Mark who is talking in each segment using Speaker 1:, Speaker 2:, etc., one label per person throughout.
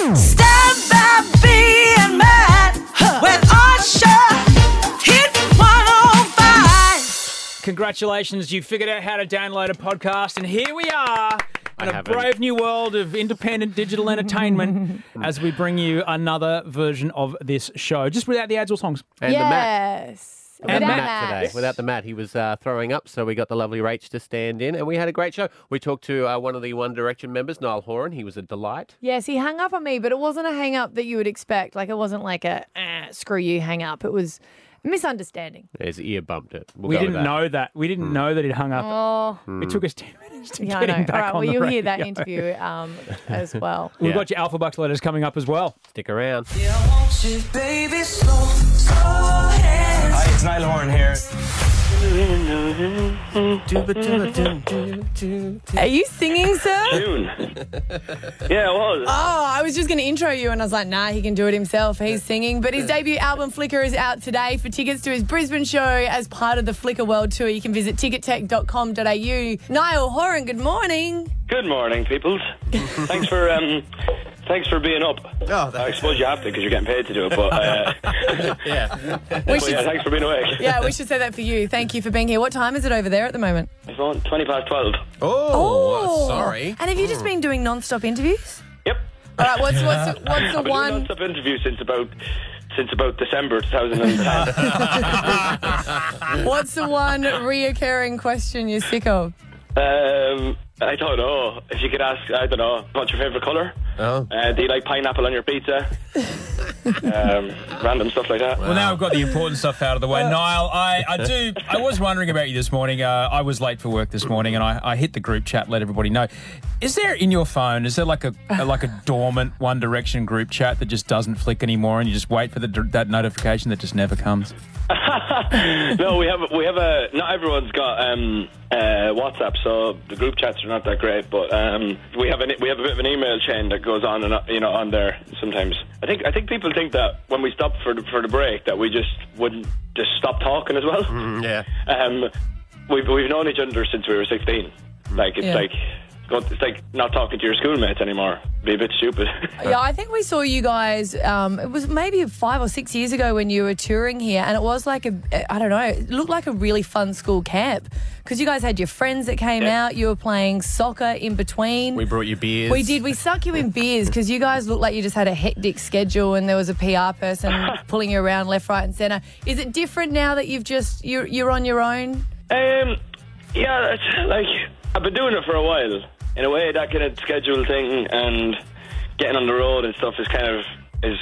Speaker 1: Stand by being mad when Usher hit 105.
Speaker 2: Congratulations, you figured out how to download a podcast, and here we are in a
Speaker 3: haven't.
Speaker 2: brave new world of independent digital entertainment as we bring you another version of this show, just without the ads or songs.
Speaker 3: And the mat.
Speaker 4: yes.
Speaker 3: Without the
Speaker 2: Matt
Speaker 3: mat today. Without the mat, he was uh, throwing up, so we got the lovely Rach to stand in, and we had a great show. We talked to uh, one of the One Direction members, Niall Horan. He was a delight.
Speaker 4: Yes, he hung up on me, but it wasn't a hang up that you would expect. Like it wasn't like a eh, screw you hang up. It was a misunderstanding.
Speaker 3: His ear bumped it. We'll
Speaker 2: We
Speaker 3: go with
Speaker 2: didn't
Speaker 3: that. Hmm.
Speaker 2: know that. We didn't know that it hung up.
Speaker 4: Oh,
Speaker 2: It took us 10 minutes to
Speaker 4: yeah, I
Speaker 2: get
Speaker 4: know.
Speaker 2: him
Speaker 4: All
Speaker 2: back
Speaker 4: right, well
Speaker 2: on the
Speaker 4: you'll hear that
Speaker 2: radio.
Speaker 4: interview um, as well.
Speaker 2: We've
Speaker 3: Yeah.
Speaker 2: got your Alpha Bucks letters coming up as well.
Speaker 3: Stick around.
Speaker 1: I want you, baby, slow, slow hands.
Speaker 5: Hi, it's Niall Horan here.
Speaker 4: Are you singing, sir?
Speaker 6: June. yeah, it was.
Speaker 4: Oh, I was just going to intro you, and I was like, nah, he can do it himself. He's singing. But his debut album, Flicker, is out today for tickets to his Brisbane show as part of the Flicker World Tour. You can visit tickettech.com.au. Niall Horan, good morning.
Speaker 6: Good morning, peoples. thanks for um, thanks for being up.
Speaker 5: Oh,
Speaker 6: I
Speaker 5: thanks.
Speaker 6: suppose you have to because you're getting paid to do it. But, uh,
Speaker 4: We
Speaker 6: but yeah,
Speaker 4: should,
Speaker 6: thanks for being awake.
Speaker 4: yeah, we should say that for you. Thank you for being here. What time is it over there at the moment?
Speaker 6: It's on Twenty past twelve.
Speaker 5: Oh, sorry.
Speaker 4: And have you just been doing non-stop interviews?
Speaker 6: Yep.
Speaker 4: All right, what's, what's, what's the
Speaker 6: I've been doing
Speaker 4: one...
Speaker 6: non-stop interview since about since about December 2010.
Speaker 4: What's the one reoccurring question you're sick of?
Speaker 6: um, I don't know if you could ask. I don't know. What's your favorite color?
Speaker 3: Oh.
Speaker 6: Uh, do you like pineapple on your pizza? um, random stuff like that.
Speaker 5: Well, now I've got the important stuff out of the way.
Speaker 3: Uh,
Speaker 5: Niall, I, I do. I was wondering about you this morning. Uh, I was late for work this morning, and I, I hit the group chat. Let everybody know. Is there in your phone? Is there like a, a- like a dormant One Direction group chat that just doesn't flick anymore, and you just wait for the, that notification that just never comes?
Speaker 6: no, we have we have a. Not everyone's got um, uh, WhatsApp, so the group chats are not that great. But um, we have an, we have a bit of an email chain that goes on and on- you know on there sometimes. I think I think people think that when we stop for the, for the break that we just wouldn't just stop talking as well.
Speaker 3: Yeah.
Speaker 6: Um, we've we've known each other since we were sixteen. Like it's
Speaker 4: Yeah.
Speaker 6: like it's like not talking to your schoolmates anymore. Be a bit stupid.
Speaker 4: Yeah, I think we saw you guys. Um, it was maybe five or six years ago when you were touring here, and it was like a, I don't know, it looked like a really fun school camp because you guys had your friends that came
Speaker 6: Yeah.
Speaker 4: out. You were playing soccer in between.
Speaker 3: We brought you beers.
Speaker 4: We did. We sunk you in beers because you guys looked like you just had a hectic schedule, and there was a PR person pulling you around left, right, and centre. Is it different now that you've just you're, you're on your own?
Speaker 6: Um, yeah, it's like I've been doing it for a while. In a way, that kind of schedule thing and getting on the road and stuff is kind of is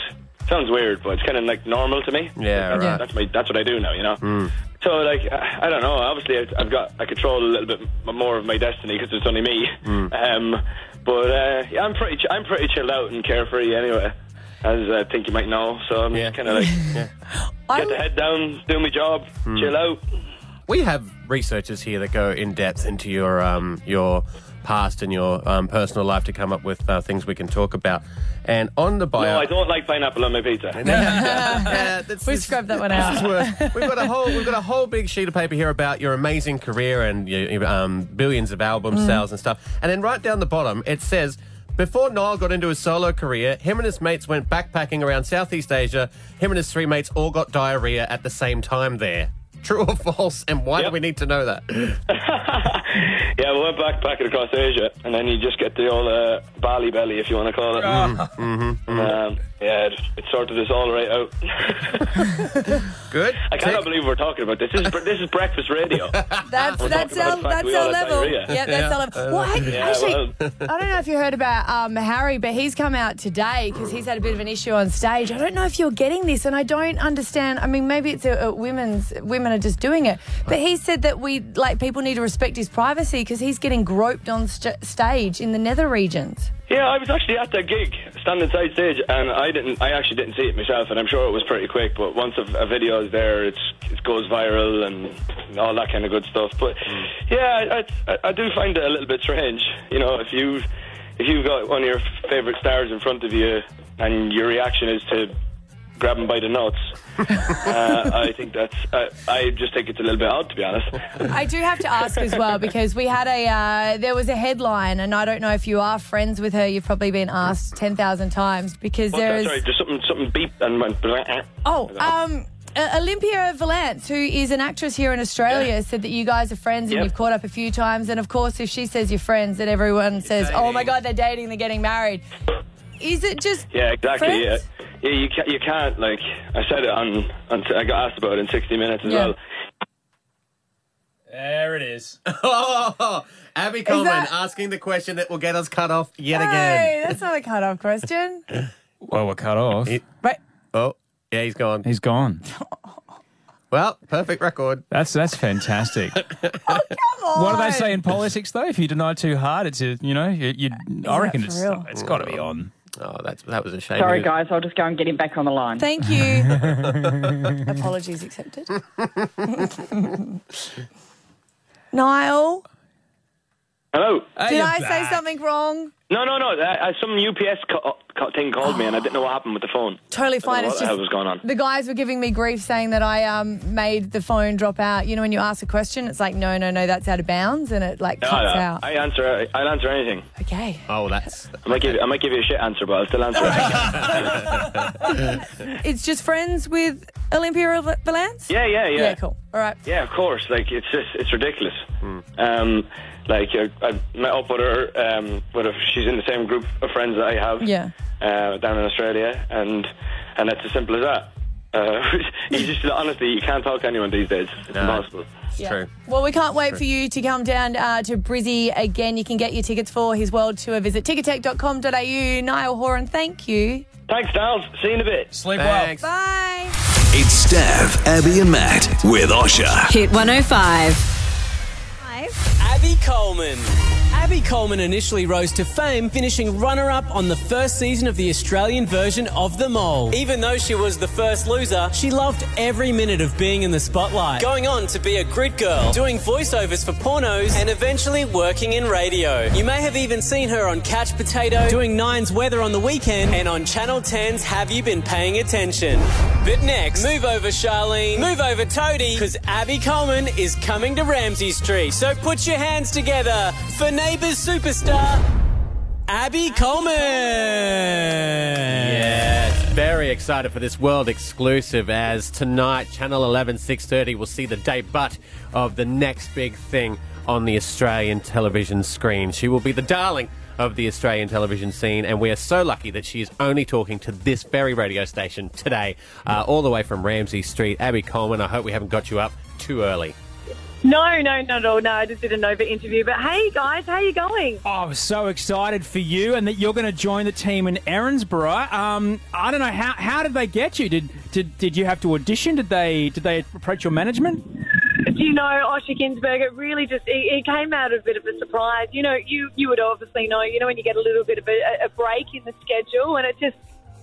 Speaker 6: sounds weird, but it's kind of like normal to me.
Speaker 3: Yeah,
Speaker 6: That's-
Speaker 3: Mm.
Speaker 4: right.
Speaker 6: That's my that's what I do now, you know. So like I, I don't know. Obviously, I've, I've got I control a little bit m- more of my destiny because it's only me.
Speaker 3: Mm.
Speaker 6: Um, but uh, yeah, I'm pretty ch- I'm pretty chilled out and carefree anyway, as I think you might know. So I'm
Speaker 3: Yeah. Mm.
Speaker 6: just kind of like get the head down, do my job, chill out.
Speaker 3: We have researchers here that go in depth into your um, your past and your um, personal life to come up with uh, things we can talk about. And on the bio,
Speaker 6: No, I don't like pineapple on my pizza.
Speaker 3: Uh, that's-
Speaker 4: We
Speaker 3: this-
Speaker 4: scrubbed that one
Speaker 3: this
Speaker 4: out.
Speaker 3: is worth- we've got a whole we've got a whole big sheet of paper here about your amazing career and your, your, um, billions of album
Speaker 4: Mm.
Speaker 3: sales and stuff. And then right down the bottom it says. Before Niall got into his solo career, him and his mates went backpacking around Southeast Asia. Him and his three mates all got diarrhea at the same time there. True or false? And why do
Speaker 6: Yep.
Speaker 3: we need to know that?
Speaker 6: yeah, we went backpacking across Asia, and then you just get the old uh, bally belly, if you want to call it.
Speaker 3: Ah.
Speaker 6: Uh,
Speaker 3: Mm-hmm, Mm.
Speaker 6: Um, yeah, it, it sorted us all right out.
Speaker 3: Good.
Speaker 6: I cannot believe we're talking about this. This is, bre- this is breakfast radio.
Speaker 4: That's that's
Speaker 6: talking
Speaker 4: our
Speaker 6: about the fact
Speaker 4: that's
Speaker 6: we
Speaker 4: our
Speaker 6: all had
Speaker 4: level.
Speaker 6: diarrhea.
Speaker 4: Yeah, that's our level. Well, hey,
Speaker 6: Yeah,
Speaker 4: actually,
Speaker 6: well-
Speaker 4: I don't know if you heard about um, Harry, but he's come out today because he's had a bit of an issue on stage. I don't know if you're getting this, and I don't understand. I mean, maybe it's a, a women's women are just doing it, but he said that we like people need to respect his privacy because he's getting groped on st- stage in the nether regions.
Speaker 6: Yeah, I was actually at that gig, standing side stage, and I didn't. I actually didn't see it myself, and I'm sure it was pretty quick. But once a, a video is there, it's, it goes viral and all that kind of good stuff. But yeah, I, I, I do find it a little bit strange. You know, if you if you've got one of your favorite stars in front of you, and your reaction is to grab him by the nuts. uh, I think that's. I I just think it's a little bit odd, to be honest.
Speaker 4: I do have to ask as well because we had a uh, there was a headline, and I don't know if you are friends with her. You've probably been asked ten thousand times because
Speaker 6: What's
Speaker 4: there
Speaker 6: that?
Speaker 4: is
Speaker 6: uh, Sorry, just something something beeped and went.
Speaker 4: oh um. uh, Olympia Valance, who is an actress here in Australia, said that you guys are friends and
Speaker 6: Yep.
Speaker 4: you've caught up a few times. And of course, if she says you're friends, then everyone says, "Oh my
Speaker 3: dating.
Speaker 4: God, they're dating, they're getting married." Is it just
Speaker 6: Yeah, exactly. Yeah.
Speaker 4: Friends?
Speaker 6: yeah, you can't. You can't. Like I said it on. on I got asked about it in 60 minutes as
Speaker 4: Yeah.
Speaker 6: well.
Speaker 7: There it is.
Speaker 3: Oh, Abby Coleman
Speaker 4: that-
Speaker 3: asking the question that will get us cut off yet again.
Speaker 4: Hey, that's not a cut-off question.
Speaker 7: Well, we're cut off.
Speaker 4: Right.
Speaker 3: Oh, yeah, he's gone.
Speaker 7: He's gone.
Speaker 3: Well, perfect record.
Speaker 7: That's that's fantastic.
Speaker 4: Come on.
Speaker 7: what do they say in politics though? If you deny too hard, it's a, you know you. you I reckon
Speaker 4: that
Speaker 7: it's
Speaker 4: for real?
Speaker 7: it's got to be on.
Speaker 3: Oh, that's that was a shame.
Speaker 1: Sorry,
Speaker 3: He
Speaker 1: guys,
Speaker 3: was-
Speaker 1: I'll just go and get him back on the line.
Speaker 4: Thank you. Apologies accepted. Niall,
Speaker 6: Hello.
Speaker 4: Oh. did I say something wrong?
Speaker 6: No, no, no. Uh, some UPS co- co- thing called me, and I didn't know what happened with the phone.
Speaker 4: Totally fine.
Speaker 6: what
Speaker 4: It's
Speaker 6: the hell
Speaker 4: just
Speaker 6: was going on?
Speaker 4: the guys were giving me grief saying that I um, made the phone drop out. You know, when you ask a question, it's like, no, no, no, that's out of bounds, and it like
Speaker 6: No,
Speaker 4: cuts
Speaker 6: no,
Speaker 4: out.
Speaker 6: I answer. I, I'll answer anything.
Speaker 4: okay.
Speaker 3: Oh, that's
Speaker 6: I might give. I might give you a shit answer, but I'll still answer. it.
Speaker 4: It's just friends with Olympia Val- Valance?
Speaker 6: yeah, yeah, yeah.
Speaker 4: Yeah, cool. All right.
Speaker 6: Yeah, of course. Like it's just, it's ridiculous. Um, like I, I met up with her, um, with a, she's in the same group of friends that I have.
Speaker 4: Yeah.
Speaker 6: Uh, down in Australia, and and that's as simple as that. Uh, you just honestly, you can't talk to anyone these days. It's impossible.
Speaker 4: Yeah.
Speaker 3: true.
Speaker 4: Well, we can't wait for you to come down uh, to Brizzy again. You can get your tickets for his world tour. Visit tickettech.com.au. Niall Horan, thank you.
Speaker 6: Thanks, Niles. See you in a bit.
Speaker 7: Sleep
Speaker 3: Thanks.
Speaker 4: Bye.
Speaker 8: It's Stav, Abby, and Matt with Osha.
Speaker 9: Hit 105.
Speaker 2: Abby Coleman. Abby Coleman initially rose to fame, finishing runner up on the first season of the Australian version of The Mole. Even though she was the first loser, she loved every minute of being in the spotlight, going on to be a grid girl, doing voiceovers for pornos, and eventually working in radio. You may have even seen her on Catch Potato, doing Nine's Weather on the weekend, and on Channel 10's Have You Been Paying Attention? But next, move over Charlene, move over Toadie, because Abby Coleman is coming to Ramsey Street. So put your hands together for Neighbours superstar Abby Coleman.
Speaker 3: Yes, very excited for this world exclusive as tonight, Channel 11, 6.30, will see the debut of the next big thing on the Australian television screen. She will be the darling of the Australian television scene, and we are so lucky that she is only talking to this very radio station today, uh, all the way from Ramsey Street. Abby Coleman, I hope we haven't got you up too early.
Speaker 1: No, no, not at all. No, I just did a Nova interview. But hey, guys, how you going?
Speaker 5: Oh, I was so excited for you and that you're going to join the team in Erinsborough. Um, I don't know how how did they get you? Did did did you have to audition? Did they did they approach your management?
Speaker 1: Do you know Osher Ginsberg? It really just it, it came out a bit of a surprise. You know, you you would obviously know. You know, when you get a little bit of a, a break in the schedule, and it just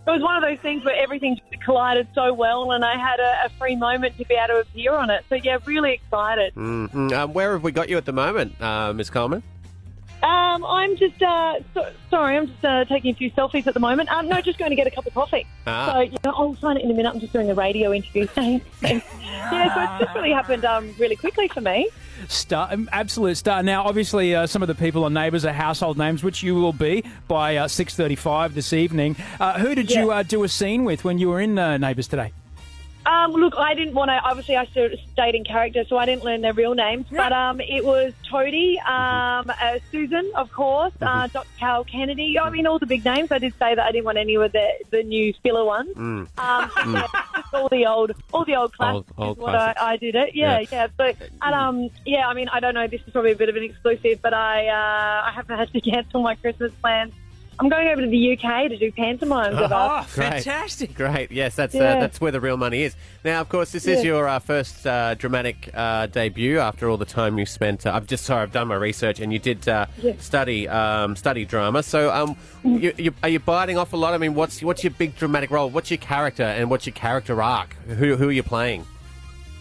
Speaker 1: it was one of those things where everything just collided so well, and I had a, a free moment to be able to appear on it. So yeah, really excited.
Speaker 3: Mm, Um, where have we got you at the moment, uh, Miss Coleman?
Speaker 1: Um, I'm just uh, so, sorry, I'm just uh, taking a few selfies at the moment. Um, no, just going to get a cup of coffee.
Speaker 3: Ah.
Speaker 1: So you know, I'll sign it in a minute. I'm just doing a radio interview. Thanks. Thanks. yeah, so it's just really happened um, really quickly for me.
Speaker 5: Star, um, absolute star. Now, obviously, uh, some of the people on Neighbours are household names, which you will be by uh, six thirty-five this evening. Uh, who did you
Speaker 1: Yeah.
Speaker 5: uh, do a scene with when you were in uh, Neighbours today?
Speaker 1: Um, look, I didn't want to. Obviously, I sort of stayed in character, so I didn't learn their real names. But um, it was Toadie, um, uh, Susan, of course, uh, Dr. Cal Kennedy. I mean, all the big names. I did say that I didn't want any of the, the new filler ones. Um, yeah, just all the old, all the old classics
Speaker 3: Old- old
Speaker 1: is what I,
Speaker 3: classics.
Speaker 1: I did it. Yeah,
Speaker 3: Yeah.
Speaker 1: yeah. But and, um, yeah, I mean, I don't know. This is probably a bit of an exclusive, but I uh, I have had to cancel my Christmas plans. I'm going over to the UK to do pantomimes. with us.
Speaker 3: Oh, Great. Great. Yes, that's uh,
Speaker 1: Yeah.
Speaker 3: that's where the real money is. Now, of course, this is
Speaker 1: Yeah.
Speaker 3: your uh, first uh, dramatic uh, debut after all the time you spent. Uh, I'm just sorry, I've done my research, and you did uh,
Speaker 1: Yeah. Mm.
Speaker 3: study um, study drama. So, um, you, you, are you biting off a lot? I mean, what's what's your big dramatic role? What's your character and what's your character arc? Who who are you playing?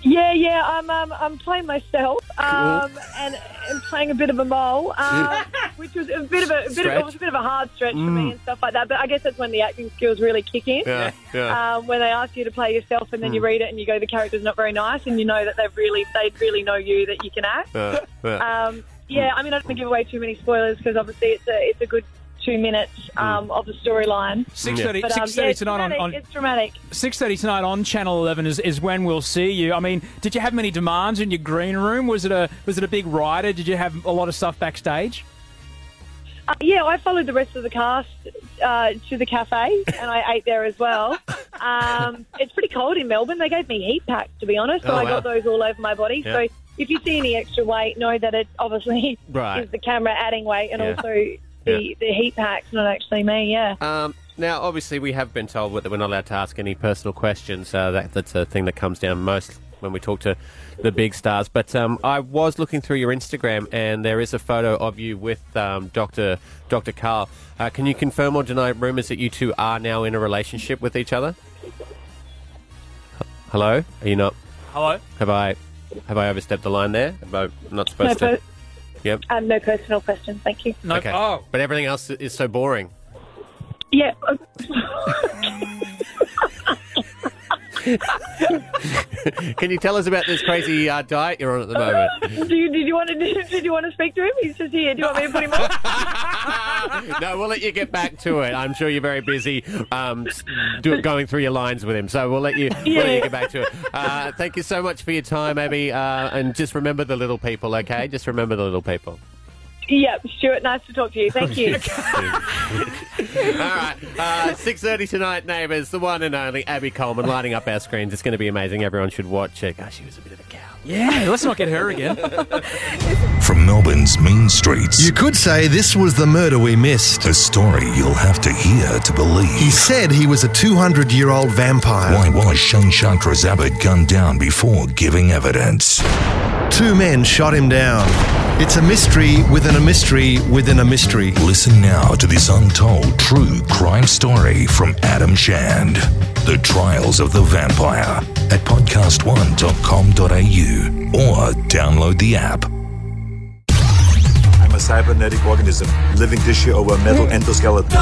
Speaker 1: Yeah, yeah, I'm um, I'm playing myself um, and, and playing a bit of a mole, um, which was a bit of a, a bit of, it was a bit of a hard stretch for me and stuff like that. But I guess that's when the acting skills really kick in.
Speaker 7: Mm. Yeah, yeah. Mm.
Speaker 1: Um, when they ask you to play yourself and then you read it and you go, the character's not very nice, and you know that they've really they really know you that you can act.
Speaker 7: yeah, yeah.
Speaker 1: Um, yeah, I mean, I don't want to give away too many spoilers because obviously it's a it's a good two minutes
Speaker 7: Mm.
Speaker 1: um, of the storyline.
Speaker 5: Six thirty.
Speaker 1: But um,
Speaker 5: Six
Speaker 1: yeah,
Speaker 5: thirty
Speaker 1: it's
Speaker 5: tonight on,
Speaker 1: dramatic.
Speaker 5: on
Speaker 1: It's dramatic.
Speaker 5: six thirty tonight on Channel Eleven is, is when we'll see you. I mean, did you have many demands in your green room? Was it a was it a big rider? Did you have a lot of stuff backstage?
Speaker 1: Uh, yeah, I followed the rest of the cast uh, to the cafe, and I ate there as well. Um, it's pretty cold in Melbourne. They gave me heat packs, to be honest, so
Speaker 3: Oh,
Speaker 1: I
Speaker 3: wow.
Speaker 1: got those all over my body.
Speaker 3: Yeah.
Speaker 1: So if you see any extra weight, know that it obviously
Speaker 7: Right.
Speaker 1: is the camera adding weight, and
Speaker 3: Yeah.
Speaker 1: also the,
Speaker 7: Yeah.
Speaker 1: the heat packs, not actually me. Yeah.
Speaker 3: Um, now, obviously, we have been told that we're not allowed to ask any personal questions. Uh, that, that's a thing that comes down most when we talk to the big stars. But um, I was looking through your Instagram, and there is a photo of you with um, Doctor Doctor Carl. Uh, can you confirm or deny rumors that you two are now in a relationship with each other? H- Hello, are you not?
Speaker 5: Hello.
Speaker 3: Have I have I overstepped the line there? Am I not
Speaker 1: No,
Speaker 3: supposed
Speaker 1: per-
Speaker 3: to? Yep.
Speaker 1: um, no personal questions. Thank you.
Speaker 5: No.
Speaker 3: Okay.
Speaker 5: Oh.
Speaker 3: But everything else is so boring.
Speaker 1: Yeah.
Speaker 3: Can you tell us about this crazy uh, diet you're on at the moment?
Speaker 1: Do you, did you want to did you want to speak to him? He's just here. Do you want me to put him on?
Speaker 3: no, we'll let you get back to it. I'm sure you're very busy um, s- do, going through your lines with him, so we'll let you, we'll let you get back to it. Uh, thank you so much for your time, Abby, uh, and just remember the little people, okay? Just remember the little people.
Speaker 1: yeah, Stuart. Nice to talk to you. Thank you.
Speaker 3: All right, uh, six thirty tonight, neighbours. The one and only Abby Coleman lighting up our screens. It's going to be amazing. Everyone should watch it. Gosh, she was a bit of a cow.
Speaker 5: Yeah. Let's not get her again.
Speaker 10: From Melbourne's mean streets,
Speaker 8: You could say this was the murder we missed.
Speaker 10: a story you'll have to hear to
Speaker 8: He
Speaker 10: believe.
Speaker 8: said he was a 200 year old vampire.
Speaker 10: Why was Shane Chandra's Abbott gunned down before giving evidence?
Speaker 8: Two men shot him down. It's a mystery within a mystery within a mystery.
Speaker 10: Listen now to this untold true crime story from Adam Shand. The Trials of the Vampire at podcast1.com.au or download the app.
Speaker 8: I'm a cybernetic organism living tissue over metal endoskeleton.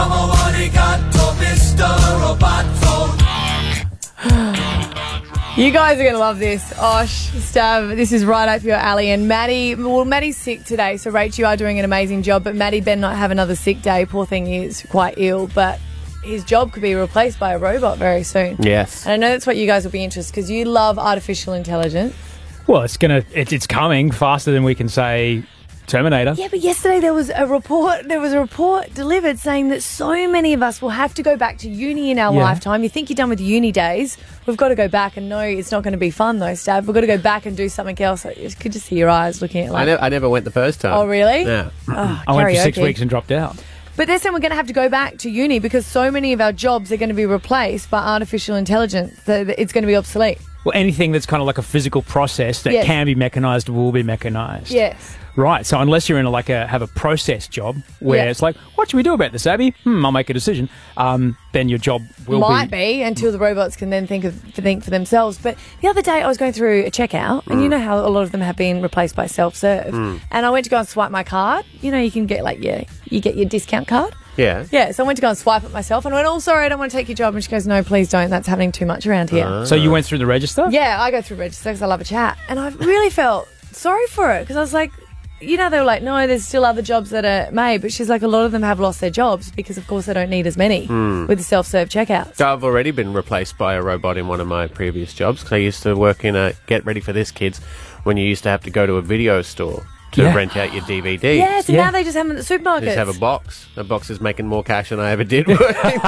Speaker 4: You guys are going to love this. Osh, Stav, this is right up your alley. And Maddie, well, Maddie's sick today, so Rach, you are doing an amazing job. But Maddie better not have another sick day. Poor thing he is quite ill, but his job could be replaced by a robot very soon.
Speaker 3: Yes.
Speaker 4: And I know that's what you guys will be interested because you love artificial intelligence.
Speaker 5: Well, it's gonna it's it's coming faster than we can say Terminator.
Speaker 4: Yeah, but yesterday there was a report. There was a report delivered saying that so many of us will have to go back to uni in our
Speaker 5: Yeah.
Speaker 4: lifetime. You think you're done with uni days? We've got to go back and no, it's not going to be fun though, Stab. We've got to go back and do something else. I you could just see your eyes looking at
Speaker 3: I,
Speaker 4: like.
Speaker 3: ne- I never went the first time.
Speaker 4: Oh really?
Speaker 3: Yeah.
Speaker 4: Oh,
Speaker 5: I went for six
Speaker 4: karaoke.
Speaker 5: weeks and dropped out.
Speaker 4: But they're saying we're going to have to go back to uni because so many of our jobs are going to be replaced by artificial intelligence. So that it's going to be obsolete.
Speaker 5: Well, anything that's kind of like a physical process that
Speaker 4: Yes.
Speaker 5: can be mechanized will be mechanized.
Speaker 4: Yes.
Speaker 5: Right. So unless you're in a, like a have a process job where
Speaker 4: Yeah.
Speaker 5: it's like, what should we do about this, Abby? Hmm, I'll make a decision. Um, then your job will
Speaker 4: might be. until the robots can then think of think for themselves. But the other day I was going through a checkout, and you know how a lot of them have been replaced by self serve. And I went to go and swipe my card. You know, you can get like yeah, you get your discount card.
Speaker 3: Yeah.
Speaker 4: Yeah, so I went to go and swipe it myself, and I went, "Oh, sorry, I don't want to take your job." And she goes, "No, please don't. That's happening too much around here."
Speaker 5: So you went through the register.
Speaker 4: Yeah, I go through register because I love a chat, and I really felt sorry for it because I was like, you know, they were like, no, there's still other jobs that are made, but she's like, a lot of them have lost their jobs because, of course, they don't need as many with the self serve checkouts.
Speaker 3: So I've already been replaced by a robot in one of my previous jobs because I used to work in a get ready for this kids when you used to have to go to a video store to
Speaker 5: Yeah.
Speaker 3: rent out your DVD.
Speaker 4: Yeah, so
Speaker 5: Yeah.
Speaker 4: now they just have them at the supermarkets.
Speaker 3: They Just have a box. The box is making more cash than I ever did Mm.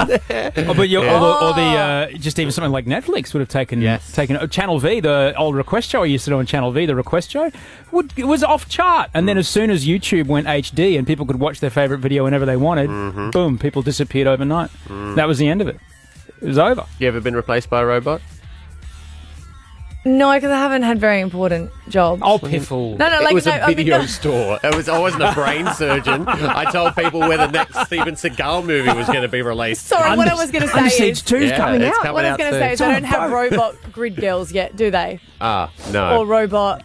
Speaker 3: working there.
Speaker 5: Oh, but your, or the, or the uh, just even something like Netflix would have taken
Speaker 3: Yes.
Speaker 5: taken oh, Channel V, the old request show I used to do on Channel V, the request show, would, it was off chart. And then as soon as YouTube went HD and people could watch their favorite video whenever they wanted, boom, people disappeared overnight.
Speaker 3: Mm.
Speaker 5: That was the end of it. It was over.
Speaker 3: You ever been replaced by a robot?
Speaker 4: No, because I haven't had very important jobs.
Speaker 5: Oh, piffle.
Speaker 4: No, no, like
Speaker 3: it was
Speaker 4: no,
Speaker 3: a
Speaker 4: I mean,
Speaker 3: video
Speaker 4: no.
Speaker 3: store. It was. I wasn't a brain surgeon. I told people where the next Steven Seagal movie was going to be released.
Speaker 4: Sorry, what I was going to
Speaker 5: Under
Speaker 4: say
Speaker 5: Siege
Speaker 4: is.
Speaker 5: 2 's
Speaker 3: Yeah,
Speaker 5: coming
Speaker 3: it's
Speaker 5: out.
Speaker 3: coming
Speaker 4: What I was
Speaker 3: out
Speaker 4: going to
Speaker 3: soon.
Speaker 4: say is I don't
Speaker 5: It's on
Speaker 4: have robot grid girls yet, do they?
Speaker 3: Ah,
Speaker 4: Or
Speaker 3: no,
Speaker 4: robot,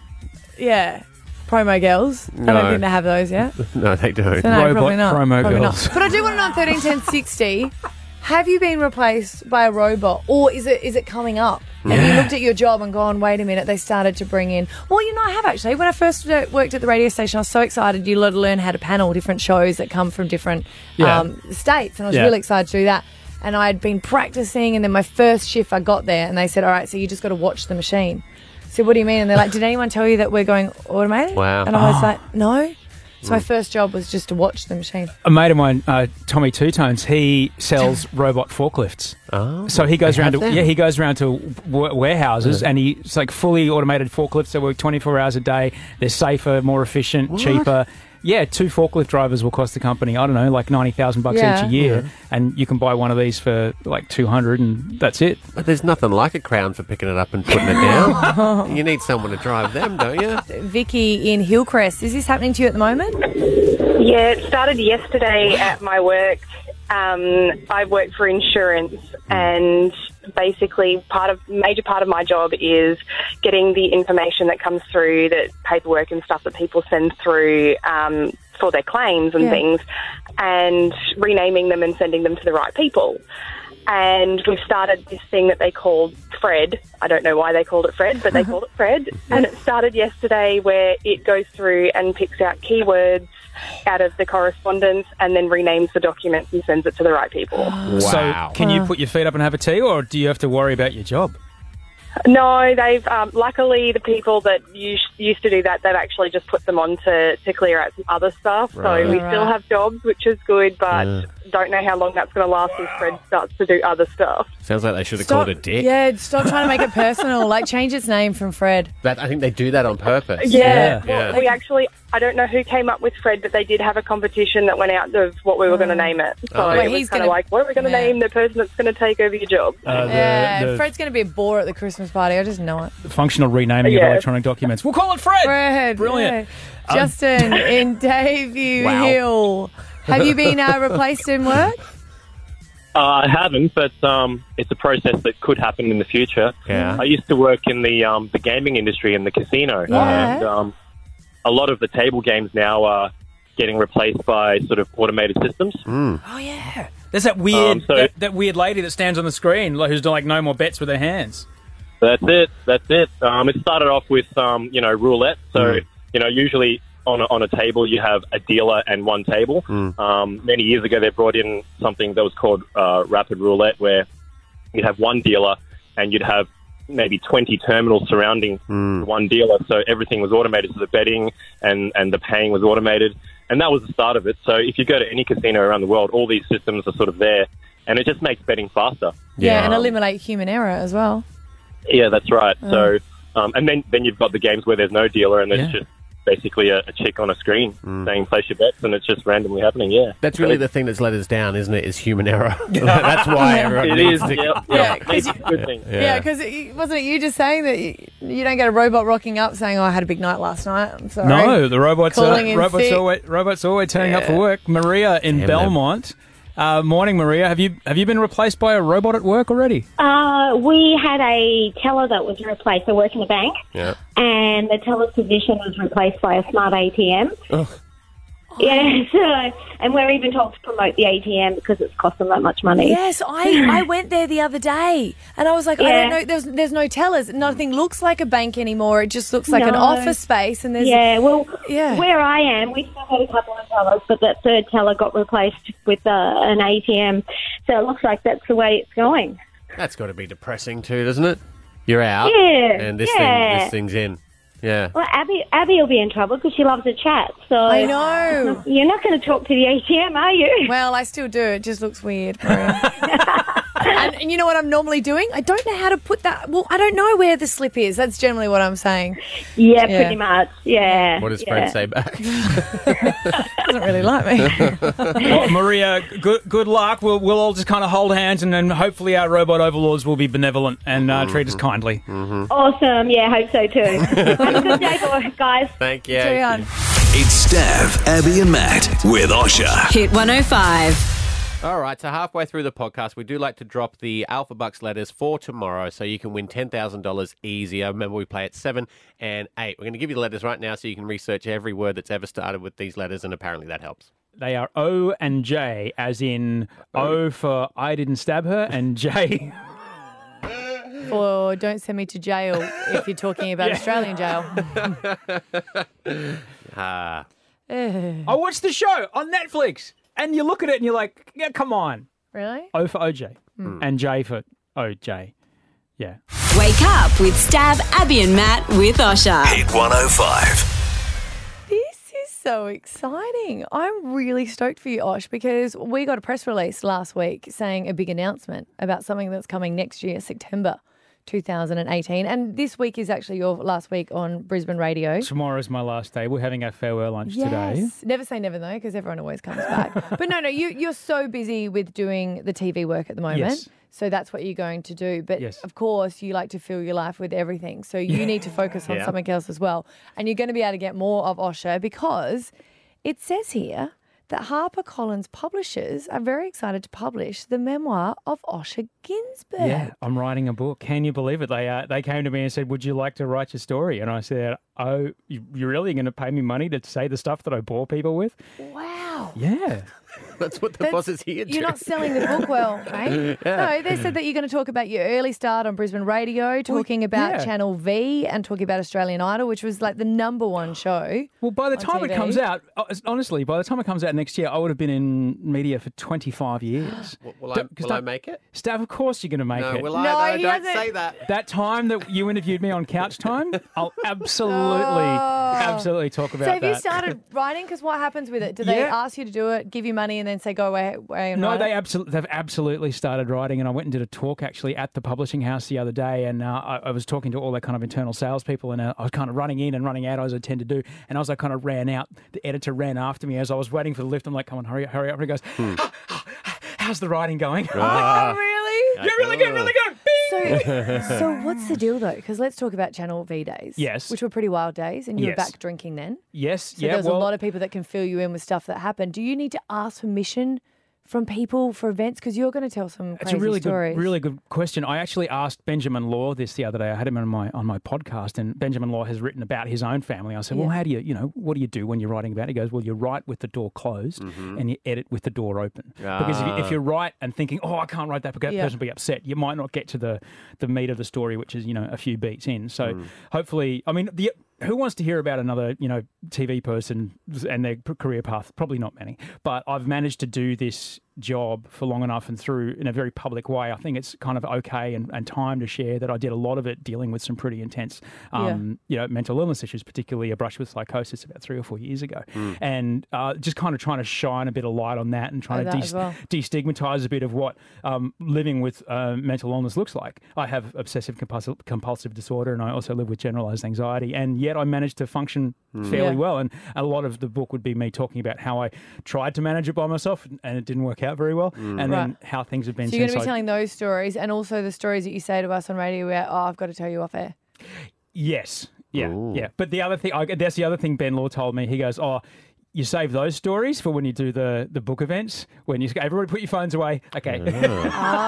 Speaker 4: yeah, promo girls. I
Speaker 3: No.
Speaker 4: don't think they have those yet.
Speaker 3: no, they do.
Speaker 4: So no,
Speaker 5: Robot
Speaker 4: probably not.
Speaker 5: promo
Speaker 4: Probably not.
Speaker 5: girls.
Speaker 4: But I do want to know on thirteen ten sixty. Have you been replaced by a robot, or is it is it coming up? Have you looked at your job and gone, wait a minute? They started to bring in. Well, you know, I have actually. When I first uh, worked at the radio station, I was so excited. You learn- learn how to panel different shows that come from different
Speaker 5: Yeah.
Speaker 4: um, states, and I was
Speaker 5: Yeah.
Speaker 4: really excited to do that. And I had been practicing, and then my first shift, I got there, and they said, "All right, so you just got to watch the machine." So what do you mean? And they're like, "Did anyone tell you that we're going automated?"
Speaker 3: Wow.
Speaker 4: And I
Speaker 5: Ah.
Speaker 4: was like, "No." So
Speaker 5: Hmm.
Speaker 4: my first job was just to watch the machine.
Speaker 5: a mate of mine, uh, Tommy Two Tones, he sells robot forklifts.
Speaker 3: Oh,
Speaker 5: So he goes
Speaker 3: they
Speaker 5: around to
Speaker 3: have them.
Speaker 5: yeah, he goes around to w- warehouses and he it's like fully automated forklifts. They work twenty four hours a day. They're safer, more efficient, cheaper. Yeah, two forklift drivers will cost the company I don't know like ninety thousand bucks
Speaker 4: Yeah.
Speaker 5: each a year, and you can buy one of these for like two hundred, and that's it.
Speaker 3: But there's nothing like a crown for picking it up and putting it down. you need someone to drive them, don't you?
Speaker 4: Vicky in Hillcrest, is this happening to you at the moment?
Speaker 7: Yeah, it started yesterday at my work. Um, I work for insurance, and basically, part of major part of my job is getting the information that comes through, that paperwork and stuff that people send through um, for their claims and
Speaker 4: Yeah.
Speaker 7: things, and renaming them and sending them to the right people. And we've started this thing that they called Fred. I don't know why they called it Fred, but they called it Fred. And it started yesterday where it goes through and picks out keywords out of the correspondence and then renames the documents and sends it to the right people.
Speaker 5: Ah. So can you put your feet up and have a tea, or do you have to worry about your job?
Speaker 7: No, they've um, luckily the people that us- used to do that they've actually just put them on to, to clear out some other stuff.
Speaker 3: Right.
Speaker 7: So we
Speaker 4: Right.
Speaker 7: still have jobs, which is good, but
Speaker 1: Uh,
Speaker 7: don't know how long that's going to last if Fred starts to do other stuff.
Speaker 3: Sounds like they should have called it dick.
Speaker 4: Yeah, stop trying to make it personal. like, change its name from Fred.
Speaker 3: That, I think they do that on purpose.
Speaker 7: Yeah.
Speaker 3: Yeah.
Speaker 7: Well, we actually, I don't know who came up with Fred, but they did have a competition that went out of what we were going to name it. So
Speaker 3: Oh. Well,
Speaker 7: it
Speaker 4: he's
Speaker 7: was kind
Speaker 4: gonna-
Speaker 7: of like, what are we going to
Speaker 4: Yeah.
Speaker 7: name the person that's going to take over your job?
Speaker 5: Uh, the,
Speaker 4: yeah,
Speaker 5: the
Speaker 4: Fred's going to be a bore at the Christmas party. I just know it.
Speaker 5: functional renaming
Speaker 7: Yeah.
Speaker 5: of electronic documents. We'll call it Fred.
Speaker 4: Fred.
Speaker 5: Brilliant.
Speaker 4: yeah.
Speaker 5: Um,
Speaker 4: Justin in Davie Hill. Have you been uh, replaced in work?
Speaker 11: I haven't, but um, it's a process that could happen in the future.
Speaker 3: Yeah.
Speaker 11: I used to work in the um, the gaming industry in the casino,
Speaker 4: Yeah.
Speaker 11: and um, a lot of the table games now are getting replaced by sort of automated systems.
Speaker 5: Oh yeah. There's that weird
Speaker 11: Um, so-
Speaker 5: that, that weird lady that stands on the screen like, who's doing like no more bets with her hands.
Speaker 11: That's it. That's it. Um, it started off with um, you know roulette. So you know usually on a, on a table you have a dealer and one table. Um, many years ago they brought in something that was called uh, rapid roulette, where you'd have one dealer and you'd have maybe 20 terminals surrounding
Speaker 12: Mm.
Speaker 11: one dealer. So everything was automated. So the betting and, and the paying was automated. And that was the start of it. So if you go to any casino around the world, all these systems are sort of there. And it just makes betting faster.
Speaker 4: Yeah, and eliminate human error as well.
Speaker 11: Yeah, that's right. So, um, and then then you've got the games where there's no dealer, and there's
Speaker 5: Yeah.
Speaker 11: just basically a, a chick on a screen saying place your bets, and it's just randomly happening. Yeah,
Speaker 3: Mm. That's really the thing that's let us down, isn't it? Is human error. that's why everyone
Speaker 11: it
Speaker 3: needs
Speaker 11: is.
Speaker 3: to.
Speaker 11: Yeah,
Speaker 4: Yeah,
Speaker 11: yeah,
Speaker 4: 'cause
Speaker 11: Maybe a good thing.
Speaker 4: Yeah, because wasn't it you just saying that you, you don't get a robot rocking up saying, oh, I had a big night last night? I'm sorry.
Speaker 5: No, the robots are
Speaker 4: Calling in
Speaker 5: robots
Speaker 4: sick.
Speaker 5: always robots always turning up for work. Maria in
Speaker 3: Damn them.
Speaker 5: Belmont. Uh, morning, Maria. Have you have you been replaced by a robot at work already?
Speaker 13: Uh, we had a teller that was replaced. I work in the bank,
Speaker 3: Yeah.
Speaker 13: and the teller's position was replaced by a smart ATM.
Speaker 4: Oh.
Speaker 13: Yeah, so, and we're even told to promote the ATM because it's cost them that much money.
Speaker 4: Yes, I, I went there the other day and I was like, I
Speaker 13: Yeah.
Speaker 4: don't know, there's, there's no tellers. Nothing looks like a bank anymore. It just looks like an
Speaker 13: No.
Speaker 4: office space and there's.
Speaker 13: Yeah, well,
Speaker 4: Yeah.
Speaker 13: where I am, we still had a couple of tellers, but that third teller got replaced with uh, an ATM. So it looks like that's the way it's going.
Speaker 3: That's got to be depressing too, doesn't it? You're out,
Speaker 13: Yeah,
Speaker 3: and this
Speaker 13: yeah.
Speaker 3: thing, this thing's in. Yeah.
Speaker 13: Well, Abby, Abby will be in trouble because she loves to chat. So
Speaker 4: I know.
Speaker 13: You're not going to talk to the ATM, are you?
Speaker 4: Well, I still do. It just looks weird. and and you know what I'm normally doing? I don't know how to put that. Well, I don't know where the slip is. That's generally what I'm saying.
Speaker 13: Yeah, pretty much. Yeah.
Speaker 11: What does
Speaker 13: yeah.
Speaker 11: Fred say back?
Speaker 4: Doesn't really like me.
Speaker 5: well, Maria, good good luck. We'll we'll all just kind of hold hands, and then hopefully our robot overlords will be benevolent and uh, treat
Speaker 11: Mm-hmm.
Speaker 5: us kindly.
Speaker 13: Awesome. Yeah, hope so too. Have a good day, boy- guys.
Speaker 11: Thank
Speaker 13: you.
Speaker 4: Carry on.
Speaker 10: It's Stav, Abby, and Matt with Osha.
Speaker 9: Hit 105.
Speaker 11: All right, so halfway through the podcast, we do like to drop the Alpha Bucks letters for tomorrow so you can win $10,000 easy. I remember we play at 7 and 8. We're going to give you the letters right now so you can research every word that's ever started with these letters, and apparently that helps.
Speaker 5: They are O and J, as in O for I didn't stab her, and J.
Speaker 4: Or don't send me to jail if you're talking about
Speaker 5: Yeah.
Speaker 4: Australian jail.
Speaker 11: Uh, Ah.
Speaker 4: Eh,
Speaker 5: I watched the show on Netflix, and you look at it and you're like, yeah, come on.
Speaker 4: really?
Speaker 5: O for OJ,
Speaker 9: Hmm.
Speaker 5: and J for OJ. Yeah.
Speaker 9: Wake up with Stab, Abby, and Matt with Osha.
Speaker 10: 105.
Speaker 4: This is so exciting. I'm really stoked for you, Osh, because we got a press release last week saying a big announcement about something that's coming next year, September 2018. And this week is actually your last week on Brisbane Radio.
Speaker 5: Tomorrow's my last day. We're having our farewell lunch today.
Speaker 4: Yes. Never say never though, because everyone always comes back. but no, no, you you're so busy with doing the TV work at the moment.
Speaker 5: Yes.
Speaker 4: So that's what you're going to do. But
Speaker 5: Yes.
Speaker 4: of course, you like to fill your life with everything. So you need to focus on
Speaker 5: Yeah.
Speaker 4: something else as well. And you're going to be able to get more of Osho because it says here that HarperCollins publishers are very excited to publish the memoir of Osher Ginsburg.
Speaker 5: Yeah, I'm writing a book. Can you believe it? They uh, they came to me and said, "Would you like to write your story?" And I said, "Oh, you, you're really going to pay me money to say the stuff that I bore people with?"
Speaker 4: Wow.
Speaker 5: Yeah.
Speaker 11: That's what the
Speaker 4: That's-
Speaker 11: boss is here to
Speaker 4: You're not selling the book well, right?
Speaker 11: Yeah.
Speaker 4: No, they said that you're going to talk about your early start on Brisbane radio, talking about
Speaker 5: yeah.
Speaker 4: Channel V, and talking about Australian Idol, which was like the number one show.
Speaker 5: Well, by the
Speaker 4: on
Speaker 5: time it
Speaker 4: TV.
Speaker 5: comes out, ho- honestly, by the time it comes out next year, I would have been in media for 25 years.
Speaker 11: Will, I,
Speaker 5: Don't- 'cause
Speaker 11: will I
Speaker 5: don't-
Speaker 11: make it?
Speaker 5: Stav, of course you're going to make
Speaker 11: No,
Speaker 5: it.
Speaker 11: will I? No, No, Oh, he don't hasn't. say that.
Speaker 5: That time that you interviewed me on Couch Time, I'll absolutely, absolutely talk
Speaker 4: Oh. So
Speaker 5: about
Speaker 4: have
Speaker 5: that.
Speaker 4: you started writing? Because what happens with it? Do they
Speaker 5: Yeah.
Speaker 4: ask you to do it, give you money, and then say go away? away and
Speaker 5: No,
Speaker 4: write
Speaker 5: they
Speaker 4: it?
Speaker 5: absolutely they've absolutely started writing, and I went and did a talk actually at the publishing house the other day, and uh, I, I was talking to all their kind of internal salespeople, and uh, I was kind of running in and running out as I tend to do, and as I kind of ran out, the editor ran after me as I was waiting for the lift. I'm like, "Come on, hurry up, hurry up!" And he goes, "Ah, ah, ah, "How's the writing going?" I'm like,
Speaker 4: Oh, really?
Speaker 5: You're really good, really good.
Speaker 4: So, so what's the deal though? Because let's talk about Channel V days.
Speaker 5: Yes.
Speaker 4: which were pretty wild days, and you were
Speaker 5: Yes.
Speaker 4: back drinking then.
Speaker 5: Yes,
Speaker 4: So
Speaker 5: yeah.
Speaker 4: there's
Speaker 5: well,
Speaker 4: a lot of people that can fill you in with stuff that happened. Do you need to ask permission from people for events? Because you're going to tell some
Speaker 5: It's
Speaker 4: crazy
Speaker 5: a really
Speaker 4: stories.
Speaker 5: good, really good question. I actually asked Benjamin Law this the other day. I had him on my on my podcast, and Benjamin Law has written about his own family. I said, "Well,
Speaker 7: Yeah.
Speaker 5: how do you, you know, what do you do when you're writing about?" it? He goes, "Well, you write with the door closed, and you edit with the door open. Because if, you-
Speaker 7: Ah.
Speaker 5: if you're right and thinking, oh, I can't write that because that
Speaker 7: Yeah.
Speaker 5: person will be upset, you might not get to the the meat of the story, which is you know a few beats in. So hopefully, I mean the. Who wants to hear about another, you know, TV person and their p- career path? Probably not many. But I've managed to do this job for long enough and through in a very public way. I think it's kind of okay and, and time to share that I did a lot of it dealing with some pretty intense,
Speaker 7: Yeah.
Speaker 5: um, you know, mental illness issues, particularly a brush with psychosis about three or four years ago,
Speaker 7: Mm.
Speaker 5: and uh, just kind of trying to shine a bit of light on that and
Speaker 7: Oh,
Speaker 5: trying to
Speaker 7: that
Speaker 5: de-
Speaker 7: as well.
Speaker 5: destigmatize a bit of what um, living with uh, mental illness looks like. I have obsessive compulsive, compulsive disorder, and I also live with generalized anxiety, and yet I managed to function
Speaker 4: Hmm.
Speaker 7: Mm.
Speaker 5: fairly
Speaker 7: Yeah.
Speaker 5: well. And a lot of the book would be me talking about how I tried to manage it by myself and it didn't work out very well, and then
Speaker 4: Hmm. Right.
Speaker 5: how things have been.
Speaker 4: So you're going
Speaker 5: since
Speaker 4: to be
Speaker 5: I-
Speaker 4: telling those stories, and also the stories that you say to us on radio, where oh, I've got to tell you off air.
Speaker 5: Yes. Yeah. Yeah. But the other thing, I, that's the other thing Ben Law told me. He goes, "Oh, you save those stories for when you do the the book events. When you everybody put your phones away. Okay.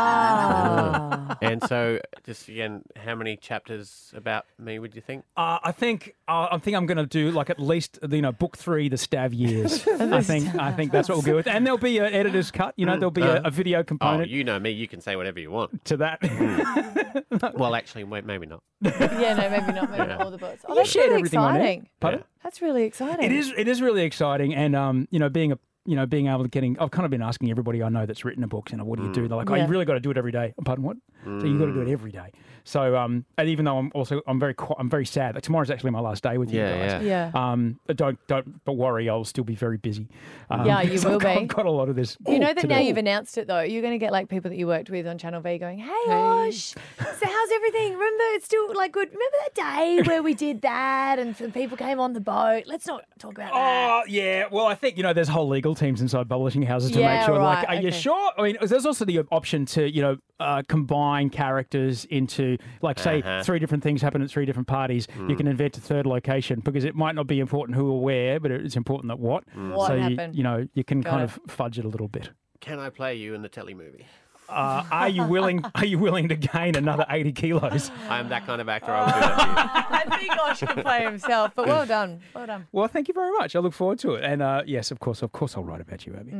Speaker 4: Ah.
Speaker 11: and so, just again, how many chapters about me would you think?
Speaker 5: Uh, I think uh, I think I'm going to do like at least you know book three, the Stav years. I think I think that's what we'll go with. And there'll be an editor's cut. You know, there'll be
Speaker 3: Uh-huh.
Speaker 4: Mm.
Speaker 5: a, a video
Speaker 11: Oh,
Speaker 5: component
Speaker 11: you know me. You can say whatever you want.
Speaker 5: to that.
Speaker 3: Hmm.
Speaker 11: well, actually, wait, maybe not.
Speaker 4: yeah, no, maybe not. Maybe
Speaker 11: Yeah.
Speaker 4: not all the books. Oh,
Speaker 5: You
Speaker 4: that's
Speaker 5: shared
Speaker 4: really
Speaker 5: everything on air.
Speaker 4: exciting.
Speaker 5: Pardon?
Speaker 4: That's really exciting.
Speaker 5: It is. It is really exciting, and um, you know, being a you know, being able to getting, I've kind of been asking everybody I know that's written a book, you know, what do you do? They're like, oh,
Speaker 4: Mm. Yeah. Mm.
Speaker 5: you really got to do it every day. Pardon what? So you've got to do it every day. So um, and even though I'm also I'm very qui- I'm very sad. Like tomorrow's actually my last day with you
Speaker 11: Yeah,
Speaker 5: guys.
Speaker 4: yeah.
Speaker 5: Um, but don't don't but worry, I'll still be very busy. Um,
Speaker 4: Yeah, you
Speaker 5: so
Speaker 4: will
Speaker 5: I've got,
Speaker 4: be.
Speaker 5: I've got a lot of this.
Speaker 4: You know that
Speaker 5: to
Speaker 4: now
Speaker 5: do.
Speaker 4: you've announced it though. You're going to get like people that you worked with on Channel V going, "Hey, Osh, so how's everything? Remember, it's still like good. Remember that day where we did that and some people came on the boat? Let's not talk about that."
Speaker 5: Oh yeah, well I think you know there's whole legal teams inside publishing houses to
Speaker 4: Yeah,
Speaker 5: make sure. Like,
Speaker 4: right,
Speaker 5: are you
Speaker 4: okay.
Speaker 5: sure? I mean, there's also the option to you know uh, combine characters into like say
Speaker 11: Uh-huh.
Speaker 5: three different things happen at three different parties. You
Speaker 11: Mm.
Speaker 5: can invent a third location because it might not be important who or where, but it's important that what.
Speaker 3: What
Speaker 5: so you-
Speaker 3: happened?
Speaker 5: You, know you can
Speaker 3: Got
Speaker 5: kind
Speaker 3: it.
Speaker 5: of fudge it a little bit.
Speaker 3: Can I play you in the telly movie?
Speaker 5: Uh, are you willing? Are you willing to gain another eighty kilos?
Speaker 3: I'm that kind of actor. I would do that.
Speaker 4: I think Osh can play himself, but well done, well done.
Speaker 5: Well, thank you very much. I look forward to it. And uh, yes, of course, of course, I'll write about you, Abby.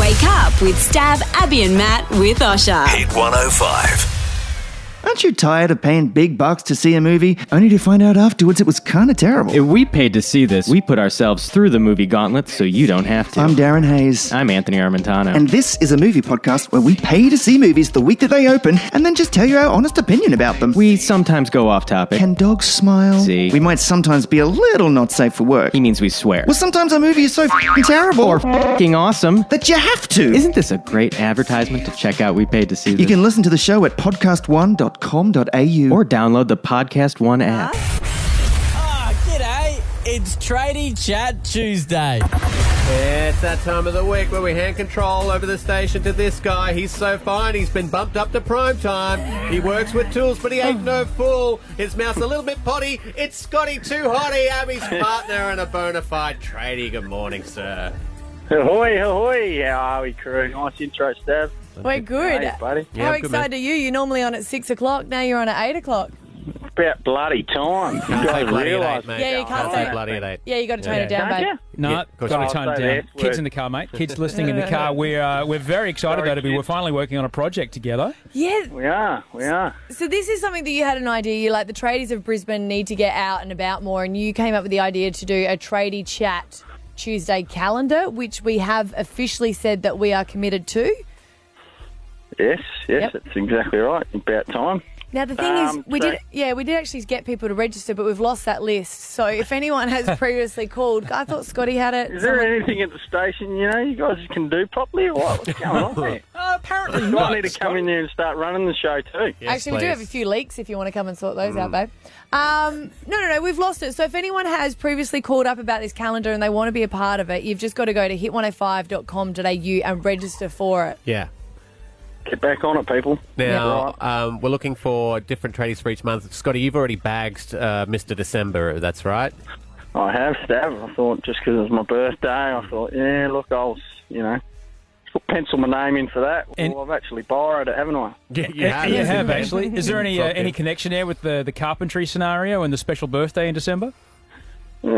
Speaker 9: Wake up with Stab, Abby and Matt with Osha.
Speaker 10: Hit 105.
Speaker 14: Aren't you tired of paying big bucks to see a movie only to find out afterwards it was kind of terrible?
Speaker 15: If we paid to see this, we put ourselves through the movie gauntlet so you don't have to. I'm
Speaker 14: Darren Hayes.
Speaker 15: I'm Anthony Armentano.
Speaker 14: And this is a movie podcast where we pay to see movies the week that they open and then just tell you our honest opinion about them.
Speaker 15: we sometimes go off topic.
Speaker 14: Can dogs smile?
Speaker 15: See?
Speaker 14: We might sometimes be a little not safe for work.
Speaker 15: He means we swear.
Speaker 14: Well, sometimes a movie is so fing terrible or
Speaker 15: Fucking awesome.
Speaker 14: That you have to.
Speaker 15: Isn't this a great advertisement to check out we paid to see this?
Speaker 14: You can listen to the show at podcast1.com.au
Speaker 15: or download the Podcast One app.
Speaker 2: Ah, g'day. It's Tradie Chat Tuesday.
Speaker 3: It's that time of the week where we hand control over the station to this guy. He's so fine, he's been bumped up to prime time. He works with tools, but he ain't no fool. His mouth's a little bit potty. It's Scotty Too Hotty, Abby's partner and a bona fide tradie. Good morning, sir.
Speaker 12: Ahoy, ahoy! How are we, crew? Nice intro, Stab.
Speaker 4: We're good.
Speaker 12: Hey, buddy.
Speaker 4: How excited are you? You're normally on at six o'clock. Now you're on at eight o'clock.
Speaker 12: About bloody time. You guys realise,
Speaker 4: Yeah, you can't say Yeah, you got to tone it down,
Speaker 12: Can't
Speaker 4: babe.
Speaker 12: ya?
Speaker 5: No,
Speaker 7: Yeah, of course
Speaker 5: got
Speaker 7: not.
Speaker 5: to tone
Speaker 7: I'll
Speaker 5: it
Speaker 7: say
Speaker 5: down.
Speaker 7: the F
Speaker 5: Kids
Speaker 7: word.
Speaker 5: in the car, mate. Kids listening in the car. We're uh, we're very excited though to be. We're finally working on a project together.
Speaker 4: Yeah,
Speaker 12: We are, we are.
Speaker 4: So this is something that you had an idea. You're like the tradies of Brisbane need to get out and about more, and you came up with the idea to do a tradie chat Tuesday calendar, which we have officially said that we are committed to.
Speaker 12: Yes, yes, that's exactly right. About time.
Speaker 4: Now the thing
Speaker 12: Um,
Speaker 4: is, we
Speaker 12: so-
Speaker 4: did yeah we did actually get people to register, but we've lost that list. So if anyone has previously called, I thought Scotty had it.
Speaker 12: Is there
Speaker 4: Uh, Someone-
Speaker 12: anything at the station, you know, you guys can do properly or what? What's going on there?
Speaker 4: Oh, apparently
Speaker 12: You
Speaker 4: not,
Speaker 12: need to come in there and start running the show too.
Speaker 4: Actually, we do have a few leaks if you want to come and sort those out, babe. Um, no, no, no, we've lost it. So if anyone has previously called up about this calendar and they want to be a part of it, you've just got to oh go to hit105.com.au and register for it.
Speaker 3: Yeah.
Speaker 12: Get back on it, people.
Speaker 3: Now, um, we're looking for different tradies for each month. Scotty, you've already bagged uh, Mr. December, that's right?
Speaker 12: I have, Stab. I thought just because it was my birthday, I thought, yeah, look, I'll, you know, put pencil my name in for that. well, I've actually borrowed it, haven't I?
Speaker 5: you have actually. Is there any uh, any connection there with the the carpentry scenario and the special birthday in December?
Speaker 12: Uh,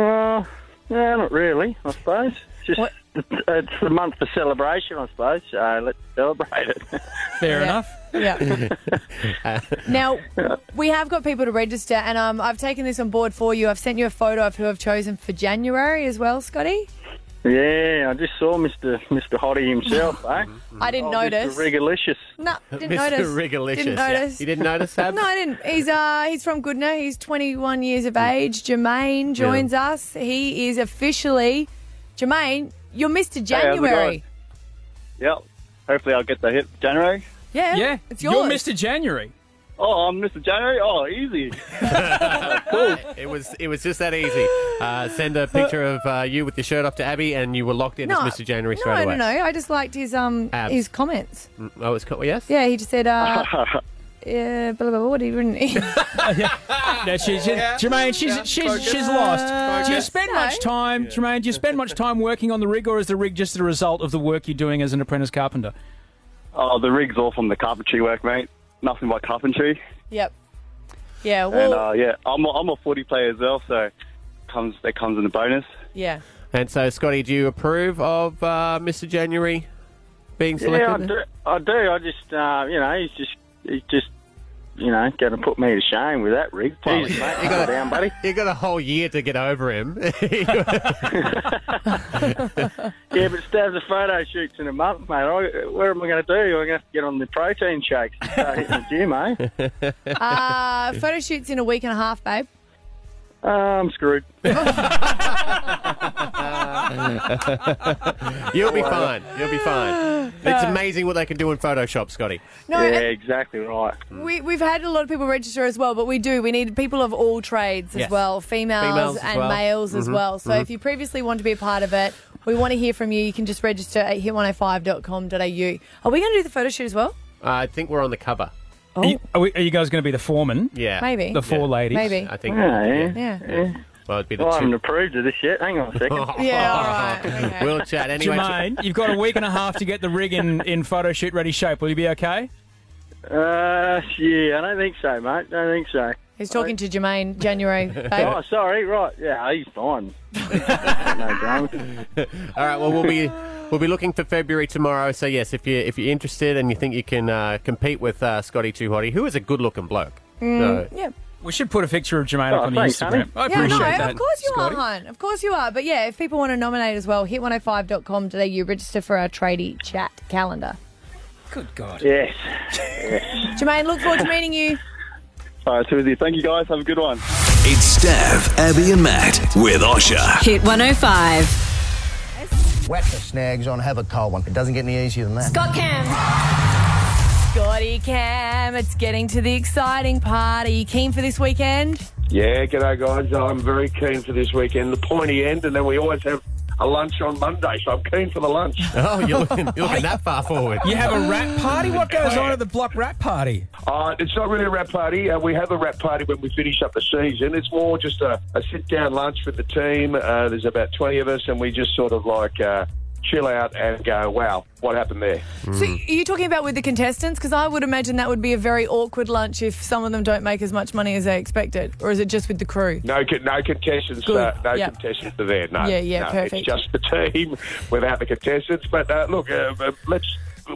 Speaker 12: no, not really, I suppose. It's Just it's the month for celebration, I suppose. So let's celebrate it.
Speaker 5: Fair
Speaker 4: Yeah.
Speaker 3: enough.
Speaker 4: Now, we have got people to register, and um, I've taken this on board for you. I've sent you a photo of who I've chosen for January as well, Scotty.
Speaker 12: yeah, I just saw Mister Mister Hottie himself, eh?
Speaker 5: Mm-hmm.
Speaker 4: I didn't
Speaker 12: Oh,
Speaker 4: notice.
Speaker 12: Mr. Rigalicious.
Speaker 4: No, didn't
Speaker 12: Mr.
Speaker 4: notice.
Speaker 12: Rigalicious,
Speaker 4: Didn't
Speaker 12: yeah.
Speaker 4: notice.
Speaker 12: You didn't notice, Ab?
Speaker 4: no, I didn't. He's uh, he's from Goodna. He's 21 years of age. Jermaine joins us. He is officially Jermaine. You're Mr.
Speaker 8: Hey, how's it
Speaker 4: January.
Speaker 8: Yep. Hopefully I'll get the hit January.
Speaker 4: yeah,
Speaker 8: Yeah.
Speaker 4: It's
Speaker 8: You're
Speaker 4: yours.
Speaker 8: Mr.
Speaker 5: January.
Speaker 8: Oh, I'm Mr. January? Oh, easy.
Speaker 3: it was it was just that easy. Uh, send a picture of uh, you with your shirt off to Abby, and you were locked in as Mr. January
Speaker 4: no,
Speaker 3: straight away.
Speaker 4: No, no, no. I just liked his um
Speaker 3: Abs.
Speaker 4: his comments.
Speaker 3: Mm, Oh, it's cool. Yes.
Speaker 4: Yeah, he just said uh. Yeah, blah blah blah. What he wouldn't.
Speaker 5: No, she's,
Speaker 4: Yeah.
Speaker 5: Jermaine, she's
Speaker 4: Yeah.
Speaker 5: she's
Speaker 4: Focus.
Speaker 5: she's lost.
Speaker 4: Focus.
Speaker 5: Do you spend
Speaker 4: No.
Speaker 5: much time, Jermaine? Do you spend much time working on the rig, or is the rig just the result of the work you're doing as an apprentice carpenter?
Speaker 8: Oh, the rig's all from the carpentry work, mate. Nothing but carpentry.
Speaker 4: yep. Yeah.
Speaker 8: and
Speaker 4: Oh, Well.
Speaker 8: uh, yeah, I'm a, I'm a footy player as well, so comes that comes in the bonus.
Speaker 4: yeah.
Speaker 3: And so, Scotty, do you approve of uh, Mr. January being
Speaker 12: Yeah, I
Speaker 3: selected?
Speaker 12: do. I do. I just, uh, you know, he's just, he's just you know, going to put me to shame with that rig. Jesus, mate,
Speaker 3: you
Speaker 12: you
Speaker 3: got
Speaker 12: got
Speaker 3: a-
Speaker 12: down, buddy.
Speaker 3: You got a whole year to get over him.
Speaker 12: Yeah, but Stav's a photo shoots in a month, mate. I, what am I going to do? I'm going to have to get on the protein shakes and start hitting the gym, eh?
Speaker 4: Uh, photo shoots in a week and a half, babe.
Speaker 12: Uh, I'm screwed. Uh,
Speaker 3: You'll be fine. You'll be fine. It's amazing what they can do in Photoshop, Scotty.
Speaker 4: No, Yeah, and-
Speaker 3: exactly right.
Speaker 4: We, we've had a lot of people register as well, but we do. We need people of all trades as
Speaker 3: Yes.
Speaker 4: well, females,
Speaker 3: Females as
Speaker 4: and
Speaker 3: well.
Speaker 4: males as
Speaker 1: mm-hmm,
Speaker 3: Mhm,
Speaker 4: well. So
Speaker 3: mhm.
Speaker 4: if you previously want to be a part of it, we want to hear from you. You can just register at hit105.com.au. Are we going to do the photo shoot as well?
Speaker 3: I think we're on the cover.
Speaker 5: Are, you, are we- are you guys going to be the foreman?
Speaker 3: Yeah.
Speaker 4: Maybe.
Speaker 5: The four
Speaker 4: Yeah.
Speaker 5: ladies.
Speaker 4: Maybe. I think-
Speaker 12: Yeah, yeah.
Speaker 4: Yeah.
Speaker 3: Well, it'd be
Speaker 12: Well, I haven't approved of this yet. Hang on a second.
Speaker 4: Yeah, all right.
Speaker 3: We'll chat anyway.
Speaker 5: Jermaine, you've got a week and a half to get the rig in, in photo shoot ready shape. Will you be okay?
Speaker 12: Uh, yeah, I don't think so, mate. I don't think so.
Speaker 4: He's talking to Jermaine January, babe.
Speaker 12: Oh, sorry, right. Yeah, he's fine. no drama.
Speaker 3: All right. Well, we'll be we'll be looking for February tomorrow. So yes, if you if you're interested and you think you can uh, compete with uh, Scotty Too Hotty, who is a good looking bloke.
Speaker 4: Mm,
Speaker 3: So-
Speaker 4: yeah.
Speaker 5: We should put a picture of Jermaine
Speaker 3: Oh,
Speaker 5: up on the
Speaker 3: thanks, honey.
Speaker 5: Instagram. I
Speaker 4: yeah,
Speaker 5: appreciate
Speaker 4: no,
Speaker 5: that.
Speaker 4: of course you are, hon. Of course you are. But yeah, if people want to nominate as well, hit105.com.au, register for our tradie chat calendar.
Speaker 5: Good God.
Speaker 12: Yes.
Speaker 4: Jermaine, look forward to meeting you.
Speaker 8: All right, Susie. Thank you, guys. Have a good one.
Speaker 10: It's Stav, Abby, and Matt with Osha.
Speaker 9: Hit 105.
Speaker 16: Whack the snags on, have a cold one. It doesn't get any easier than that.
Speaker 9: Scott Cam.
Speaker 4: Scotty Cam, it's getting to the exciting part. Are you keen for this weekend?
Speaker 17: Yeah, g'day guys. I'm very keen for this weekend, the pointy end, and then we always have a lunch on Monday, so I'm keen for the lunch.
Speaker 3: Oh, you're looking, you're looking that far forward.
Speaker 17: You have a
Speaker 7: Rap party? What goes on at the block rap party?
Speaker 17: Uh, it's not really a rap party. Uh, we have a rap party when we finish up the season. It's more just a, a sit down lunch with the team. Uh, there's about 20 of us, and we just sort of like uh, chill out and go, wow, what happened there?
Speaker 4: So, are you talking about with the contestants? Because I would imagine that would be a very awkward lunch if some of them don't make as much money as they expected. Or is it just with the crew?
Speaker 17: No, con- no contestants. Uh, no
Speaker 4: Yeah.
Speaker 17: contestants are there. No,
Speaker 4: Yeah, yeah,
Speaker 17: no, It's
Speaker 4: perfect.
Speaker 17: just the team without the contestants. But uh, look, uh, uh, let's.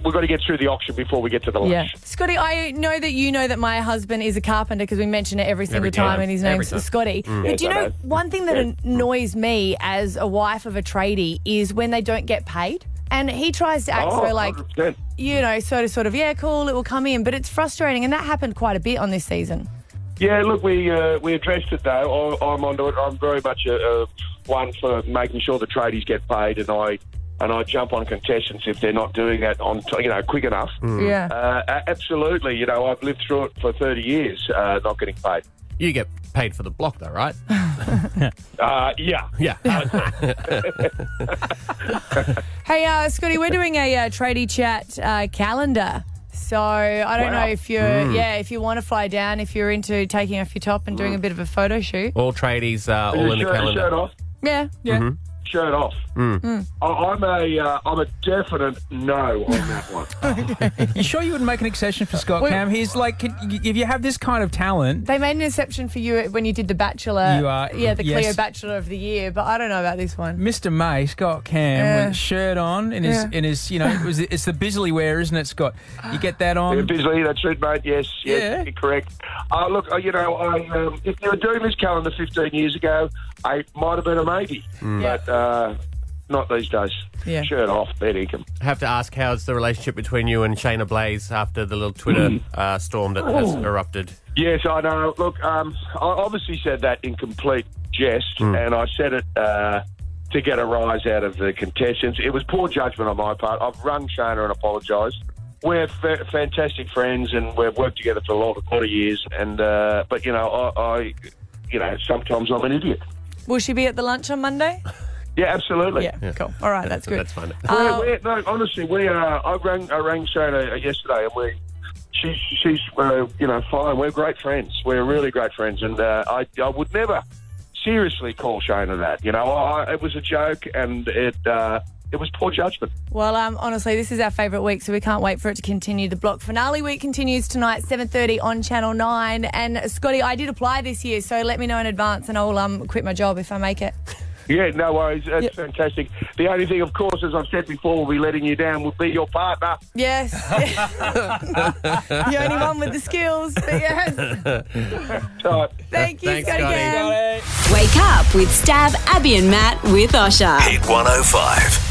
Speaker 17: We've got to get through the auction before we get to the lunch.
Speaker 4: Yeah. Scotty, I know that you know that my husband is a carpenter because we mention it every single
Speaker 17: Every
Speaker 4: time,
Speaker 17: time.
Speaker 4: and his
Speaker 17: Every
Speaker 4: name's
Speaker 17: time.
Speaker 4: Scotty.
Speaker 17: Mm.
Speaker 4: But
Speaker 17: Yes,
Speaker 4: do you
Speaker 17: I
Speaker 4: know
Speaker 17: know.
Speaker 4: one thing that annoys me as a wife of a tradie is when they don't get paid? And he tries to act
Speaker 17: Oh,
Speaker 4: so like,
Speaker 17: 100%.
Speaker 4: you know, sort of, sort of, yeah, cool, it will come in. But it's frustrating, and that happened quite a bit on this season.
Speaker 17: Yeah, look, we uh, we addressed it though. I, I'm onto it. I'm very much a, a one for making sure the tradies get paid, and I and I jump on contestants if they're not doing that on t- you know quick enough.
Speaker 3: Mm. Yeah.
Speaker 17: uh, a- absolutely. You know, I've lived through it for 30 years, uh, not getting paid.
Speaker 3: You get paid for the block though, right?
Speaker 17: Uh, yeah,
Speaker 3: yeah.
Speaker 4: Hey, uh, Scotty, we're doing a uh, tradie chat uh, calendar. So I don't
Speaker 3: Wow.
Speaker 4: know if you're,
Speaker 3: Mm.
Speaker 4: yeah, if you want to fly down, if you're into taking off your top and doing a bit of a photo shoot.
Speaker 3: all tradies, uh, all in the
Speaker 17: Shirt-
Speaker 3: calendar.
Speaker 17: Shirt off.
Speaker 4: Yeah, yeah.
Speaker 3: Mhm.
Speaker 17: Shirt off.
Speaker 3: Mm.
Speaker 17: I, I'm a uh, I'm a definite no on that one.
Speaker 7: You sure you wouldn't make an exception for Scott
Speaker 4: Well-
Speaker 7: Cam? He's like, can- if you have this kind of talent,
Speaker 4: They made an exception for you when you did The Bachelor.
Speaker 7: You are-
Speaker 4: yeah, the Cleo
Speaker 7: yes.
Speaker 4: Bachelor of the Year, but I don't know about this one.
Speaker 7: Mr. May, Scott Cam,
Speaker 4: Yeah.
Speaker 7: with shirt on in his,
Speaker 4: Yeah.
Speaker 7: in his, you know, it was, it's the Bisley wear, isn't it, Scott? You get that on.
Speaker 17: Yeah, Bisley, that's it, mate. Yes, yes, you're correct. Uh, look, uh, you know, I, um, if you were doing this calendar 15 years ago, I might have been a maybe,
Speaker 7: Hmm.
Speaker 17: but uh, not these days.
Speaker 4: Yeah.
Speaker 17: Shirt off, net income.
Speaker 3: Have to ask how's the relationship between you and Shayna Blaze after the little Twitter uh, storm that has
Speaker 17: Mm. Oh.
Speaker 3: erupted.
Speaker 17: Yes, I know. Look, um, I obviously said that in complete jest, and I said it uh, to get a rise out of the contestants. It was poor judgment on my part. I've rung Shona and apologised. We're fa- fantastic friends, and we've worked together for a lot, a lot of years. And uh, but you know, I, I, you know, sometimes I'm an idiot.
Speaker 4: Will she be at the lunch on Monday?
Speaker 17: Yeah, absolutely.
Speaker 4: Yeah, cool. All right, that's good.
Speaker 3: That's fine.
Speaker 4: Uh,
Speaker 17: we're, we're, no, honestly, we are. I rang, I rang Shona yesterday, and we, she's, she's, uh, you know, fine. We're great friends. We're really great friends, and uh, I, I would never seriously call Shona that. You know, I, it was a joke, and it, uh, it was poor judgment.
Speaker 4: Well, um, honestly, this is our favourite week, so we can't wait for it to continue. The block finale week continues tonight, seven thirty on Channel Nine. And Scotty, I did apply this year, so let me know in advance, and I'll um, quit my job if I make it.
Speaker 17: Yeah, no worries. That's fantastic. The only thing, of course, as I've said before, will be letting you down will be your partner.
Speaker 4: Yes. the only one with the skills, but yes. Thank you, Scotty Cam.
Speaker 9: Wake up with Stab, Abby, and Matt with Osha.
Speaker 10: Hit 105.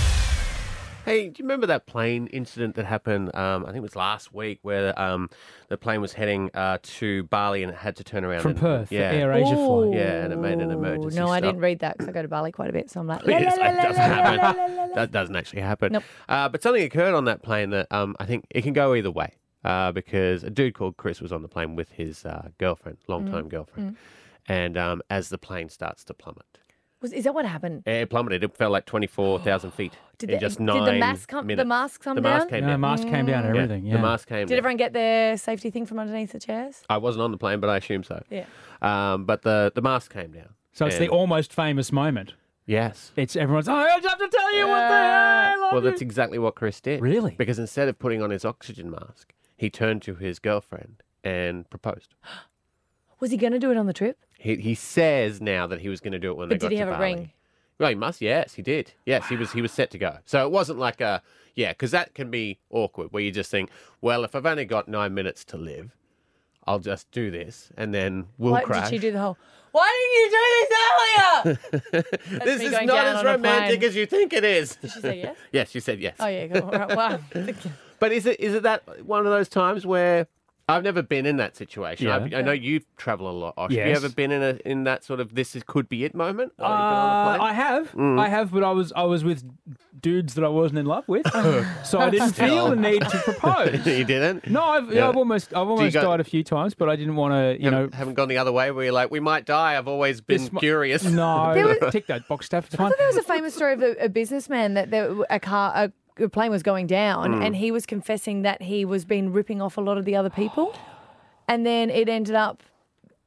Speaker 3: Hey, do you remember that plane incident that happened? Um, I think it was last week, where um, the plane was heading uh, to Bali and it had to turn around
Speaker 5: From
Speaker 3: and-
Speaker 5: Perth, the
Speaker 3: yeah,
Speaker 5: Air Asia flight.
Speaker 3: Yeah, and it made an
Speaker 4: Oh,
Speaker 3: emergency.
Speaker 4: no, I
Speaker 3: stop.
Speaker 4: didn't read that because I go to Bali quite a bit, so I'm like, la,
Speaker 3: Yes,
Speaker 4: la,
Speaker 3: that
Speaker 4: la,
Speaker 3: doesn't
Speaker 4: la, la, la,
Speaker 3: happen.
Speaker 4: la, la, la.
Speaker 3: That doesn't actually happen.
Speaker 4: Nope.
Speaker 3: Uh, but something occurred on that plane that um, I think it can go either way uh, because a dude called Chris was on the plane with his uh, girlfriend, longtime
Speaker 4: Mm,
Speaker 3: girlfriend,
Speaker 4: mm.
Speaker 3: and um, as the plane starts to plummet,
Speaker 4: Was, is that what happened?
Speaker 3: it plummeted. It fell like twenty four thousand feet
Speaker 4: Did
Speaker 3: in
Speaker 4: the-
Speaker 3: just
Speaker 4: did the
Speaker 3: nine
Speaker 4: mask come- the
Speaker 3: minutes.
Speaker 4: mask come
Speaker 3: the Mask
Speaker 4: down?
Speaker 3: came
Speaker 5: No,
Speaker 3: down.
Speaker 5: mask came down and everything, yeah.
Speaker 3: the mask came.
Speaker 4: Did
Speaker 3: down.
Speaker 4: everyone get their safety thing from underneath the chairs?
Speaker 3: I wasn't on the plane, but I assume so.
Speaker 4: Yeah.
Speaker 3: Um, but the the mask came down.
Speaker 5: So it's the
Speaker 3: And-
Speaker 5: almost famous moment.
Speaker 3: Yes.
Speaker 5: It's everyone's, oh, I just have to tell you what the
Speaker 3: Well, that's exactly what Chris did. Really? Because instead of putting on his oxygen mask, he turned to his girlfriend and proposed.
Speaker 4: Was he going to do it on the trip?
Speaker 3: He, he says now that he was going to do it when they
Speaker 4: but
Speaker 3: got
Speaker 4: did he
Speaker 3: to
Speaker 4: have a
Speaker 3: Bali.
Speaker 4: ring?
Speaker 3: Well, he must. Yes, he did. Yes, he was. He was set to go. So it wasn't like a yeah, because that can be awkward where you just think, well, if I've only got nine minutes to live, I'll just do this, and then we'll
Speaker 4: Why
Speaker 3: crash.
Speaker 4: did you do the whole? Why didn't you do this earlier? That's
Speaker 3: this
Speaker 4: me
Speaker 3: is
Speaker 4: going
Speaker 3: not
Speaker 4: down
Speaker 3: as
Speaker 4: on a plane.
Speaker 3: romantic as you think it is. Did
Speaker 4: she say yes?
Speaker 3: yes, she said yes.
Speaker 4: Oh yeah, cool. All right. Wow.
Speaker 3: But is it is it that one of those times where I've never been in that situation?
Speaker 5: Yeah.
Speaker 3: I've, I know you travel a lot. Osh. Have you
Speaker 5: Yes.
Speaker 3: ever been in a in that sort of this is, could be it moment?
Speaker 5: Uh, I have,
Speaker 3: Mm.
Speaker 5: I have, but I was I was with dudes that I wasn't in love with, so I didn't feel the need to propose.
Speaker 3: you didn't.
Speaker 5: No, I've,
Speaker 3: Yeah.
Speaker 5: I've almost I've
Speaker 3: Do you
Speaker 5: almost
Speaker 3: go-
Speaker 5: died a few times, but I didn't want to, you know.
Speaker 3: haven't gone the other way where you're like, we might die. I've always been
Speaker 5: this mi-
Speaker 3: curious.
Speaker 5: No,
Speaker 4: There was-
Speaker 5: tick that box, Steph. It's
Speaker 4: I
Speaker 5: fine.
Speaker 4: thought there was a famous story of a, a businessman that there, a car, a, a plane was going down,
Speaker 5: Mm.
Speaker 4: and he was confessing that he was being ripping off a lot of the other people, and then it ended up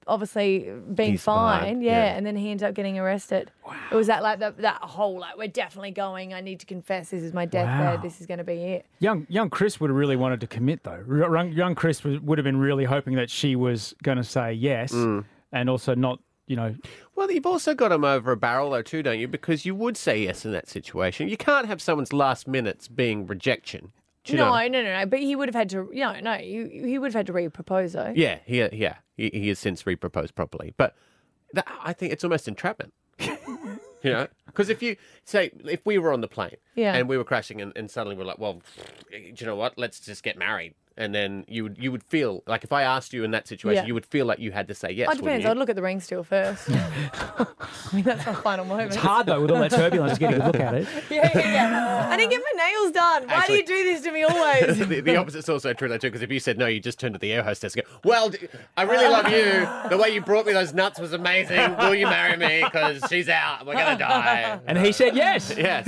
Speaker 4: obviously being
Speaker 3: He's
Speaker 4: fined,
Speaker 3: fined,
Speaker 4: yeah,
Speaker 3: yeah.
Speaker 4: and then he ended up getting arrested. It was that like that, that whole like we're definitely going. I need to confess. This is my deathbed.
Speaker 5: Wow.
Speaker 4: This is going to be it.
Speaker 5: Young young Chris would have really wanted to commit though. R- young- Young Chris was, would have been really hoping that she was going to say yes,
Speaker 3: Mm.
Speaker 5: and also not, you know,
Speaker 3: Well, you've also got him over a barrel though, too, don't you? Because you would say yes in that situation. You can't have someone's last minutes being rejection. Do you
Speaker 4: no,
Speaker 3: know?
Speaker 4: no, no, no. But he would have had to. No, no. You, he would have had to re-propose though.
Speaker 3: Yeah, he, yeah, he, he has since reproposed properly, but that, I think it's almost entrapment. you know, because if you say if we were on the plane,
Speaker 4: Yeah.
Speaker 3: and we were crashing, and, and suddenly we're like, well, do you know what? Let's just get married, and then you would you would feel like if I asked you in that situation,
Speaker 4: Yeah.
Speaker 3: you would feel like you had to say yes.
Speaker 4: oh, it depends. I'd
Speaker 3: wouldn't
Speaker 4: look at the ring still first. I mean, that's my final moment.
Speaker 5: it's hard though with all that turbulence to get a good look at it.
Speaker 4: Yeah, yeah, yeah. I didn't get my nails done. Why
Speaker 3: Actually-
Speaker 4: do you do this to me
Speaker 3: you?
Speaker 4: always?
Speaker 3: the, the opposite's also true, though, too, because if you said no, you just turn to the air hostess and go, Well, d- I really love you. The way you brought me those nuts was amazing. Will you marry me? Because she's out. We're going to die.
Speaker 5: And he said yes.
Speaker 3: yes.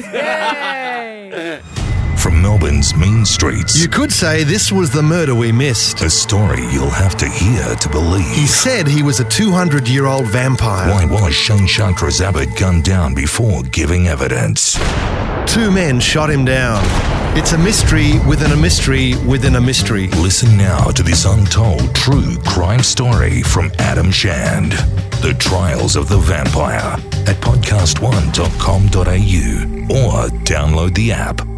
Speaker 10: From Melbourne's mean streets.
Speaker 18: You could say this was the murder we missed.
Speaker 10: A story you'll have to hear to believe.
Speaker 18: He said he was a 200 year old vampire.
Speaker 10: Why was Shane Chandra's Abbott gunned down before giving evidence?
Speaker 18: Two men shot him down. It's a mystery within a mystery within a mystery.
Speaker 10: Listen now to this untold true crime story from Adam Shand. The Trials of the Vampire at podcast1.com.au or download the app.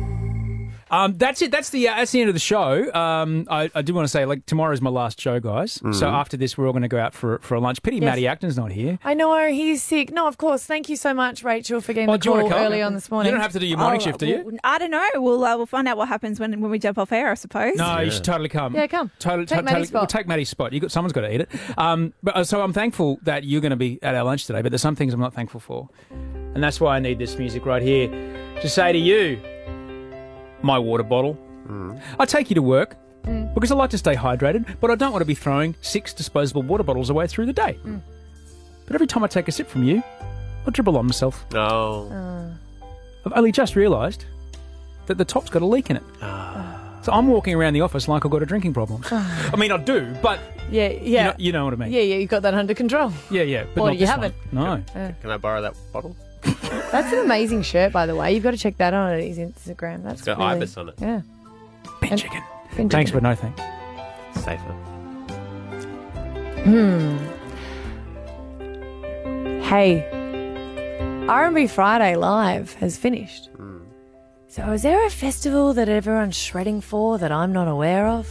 Speaker 5: Um, that's it. That's the uh, that's the end of the show. Um, I, I do want to say, like, tomorrow's my last show, guys. So
Speaker 3: Mhm.
Speaker 5: after this, we're all going to go out for for a lunch. Pity
Speaker 4: Yes.
Speaker 5: Matty Acton's not here.
Speaker 4: I know he's sick. No, of course. Thank you so much, Rachel, for getting
Speaker 5: Oh,
Speaker 4: the
Speaker 5: do you wanna
Speaker 4: call
Speaker 5: come?
Speaker 4: early on this
Speaker 5: You
Speaker 4: morning. Oh,
Speaker 5: don't have to do your morning shift, do you?
Speaker 19: I don't know. We'll uh, we'll find out what happens when when we jump off air, I suppose.
Speaker 5: No, you should totally come.
Speaker 19: Yeah, come.
Speaker 5: Totally,
Speaker 19: Take
Speaker 5: to-
Speaker 19: Maddie's
Speaker 5: totally-
Speaker 19: spot.
Speaker 5: We'll take Maddie's spot. You got someone's got to eat it. Um, but uh, so I'm thankful that you're going to be at our lunch today. But there's some things I'm not thankful for, and that's why I need this music right here to say to you, my water bottle. I take you to work
Speaker 19: Mm.
Speaker 5: because I like to stay hydrated, but I don't want to be throwing six disposable water bottles away through the day.
Speaker 19: Mm.
Speaker 5: But every time I take a sip from you, I dribble on myself.
Speaker 3: No.
Speaker 5: I've only just realised that the top's got a leak in it. So I'm walking around the office like I've got a drinking problem. I mean, I do, but
Speaker 4: Yeah,
Speaker 5: you,
Speaker 4: yeah.
Speaker 5: know, you know what I mean.
Speaker 4: Yeah, yeah. You got that under control.
Speaker 5: yeah, yeah, But
Speaker 4: Or
Speaker 5: not
Speaker 4: you
Speaker 5: this
Speaker 4: haven't.
Speaker 5: One. No.
Speaker 4: Yeah.
Speaker 3: Can I borrow that bottle?
Speaker 4: That's an amazing shirt, by the way. You've got to check that out on his Instagram. That's
Speaker 3: It's got
Speaker 4: really-
Speaker 3: ibis on it.
Speaker 4: Yeah.
Speaker 5: Bin chicken.
Speaker 4: Bin
Speaker 5: Thanks,
Speaker 4: chicken.
Speaker 5: but no thanks.
Speaker 3: Safer.
Speaker 4: Hmm. Hey, R&B Friday Live has finished.
Speaker 3: Hmm.
Speaker 4: So is there a festival that everyone's shredding for that I'm not aware of?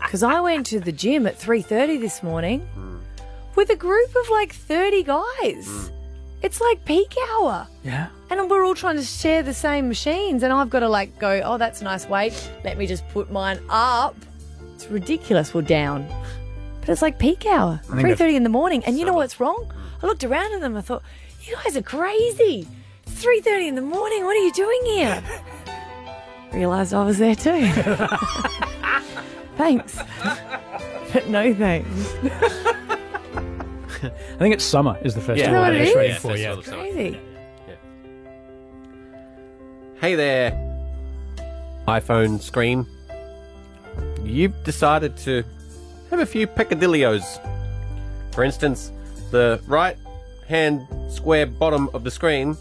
Speaker 4: Because I went to the gym at 3.30 this morning with a group of like 30 guys.
Speaker 3: Hmm.
Speaker 4: It's like peak hour.
Speaker 5: Yeah.
Speaker 4: And we're all trying to share the same machines, and I've got to like go, oh, that's a nice weight. Let me just put mine up. It's ridiculous. We're down. But it's like peak hour,
Speaker 20: I think
Speaker 4: 3.30 in the morning. And you know what's wrong? I looked around at them. I thought, you guys are crazy. It's 3.30 in the morning. What are you doing here? Realised I was there too. thanks. but no thanks.
Speaker 5: I think it's summer is the first
Speaker 4: Yeah.
Speaker 5: one
Speaker 4: No,
Speaker 5: that
Speaker 4: it
Speaker 5: it's
Speaker 4: is.
Speaker 5: ready
Speaker 4: Yeah,
Speaker 5: for. Yeah.
Speaker 4: Crazy.
Speaker 3: Hey there, iPhone screen. You've decided to have a few peccadillos. For instance, the right hand square bottom of the screen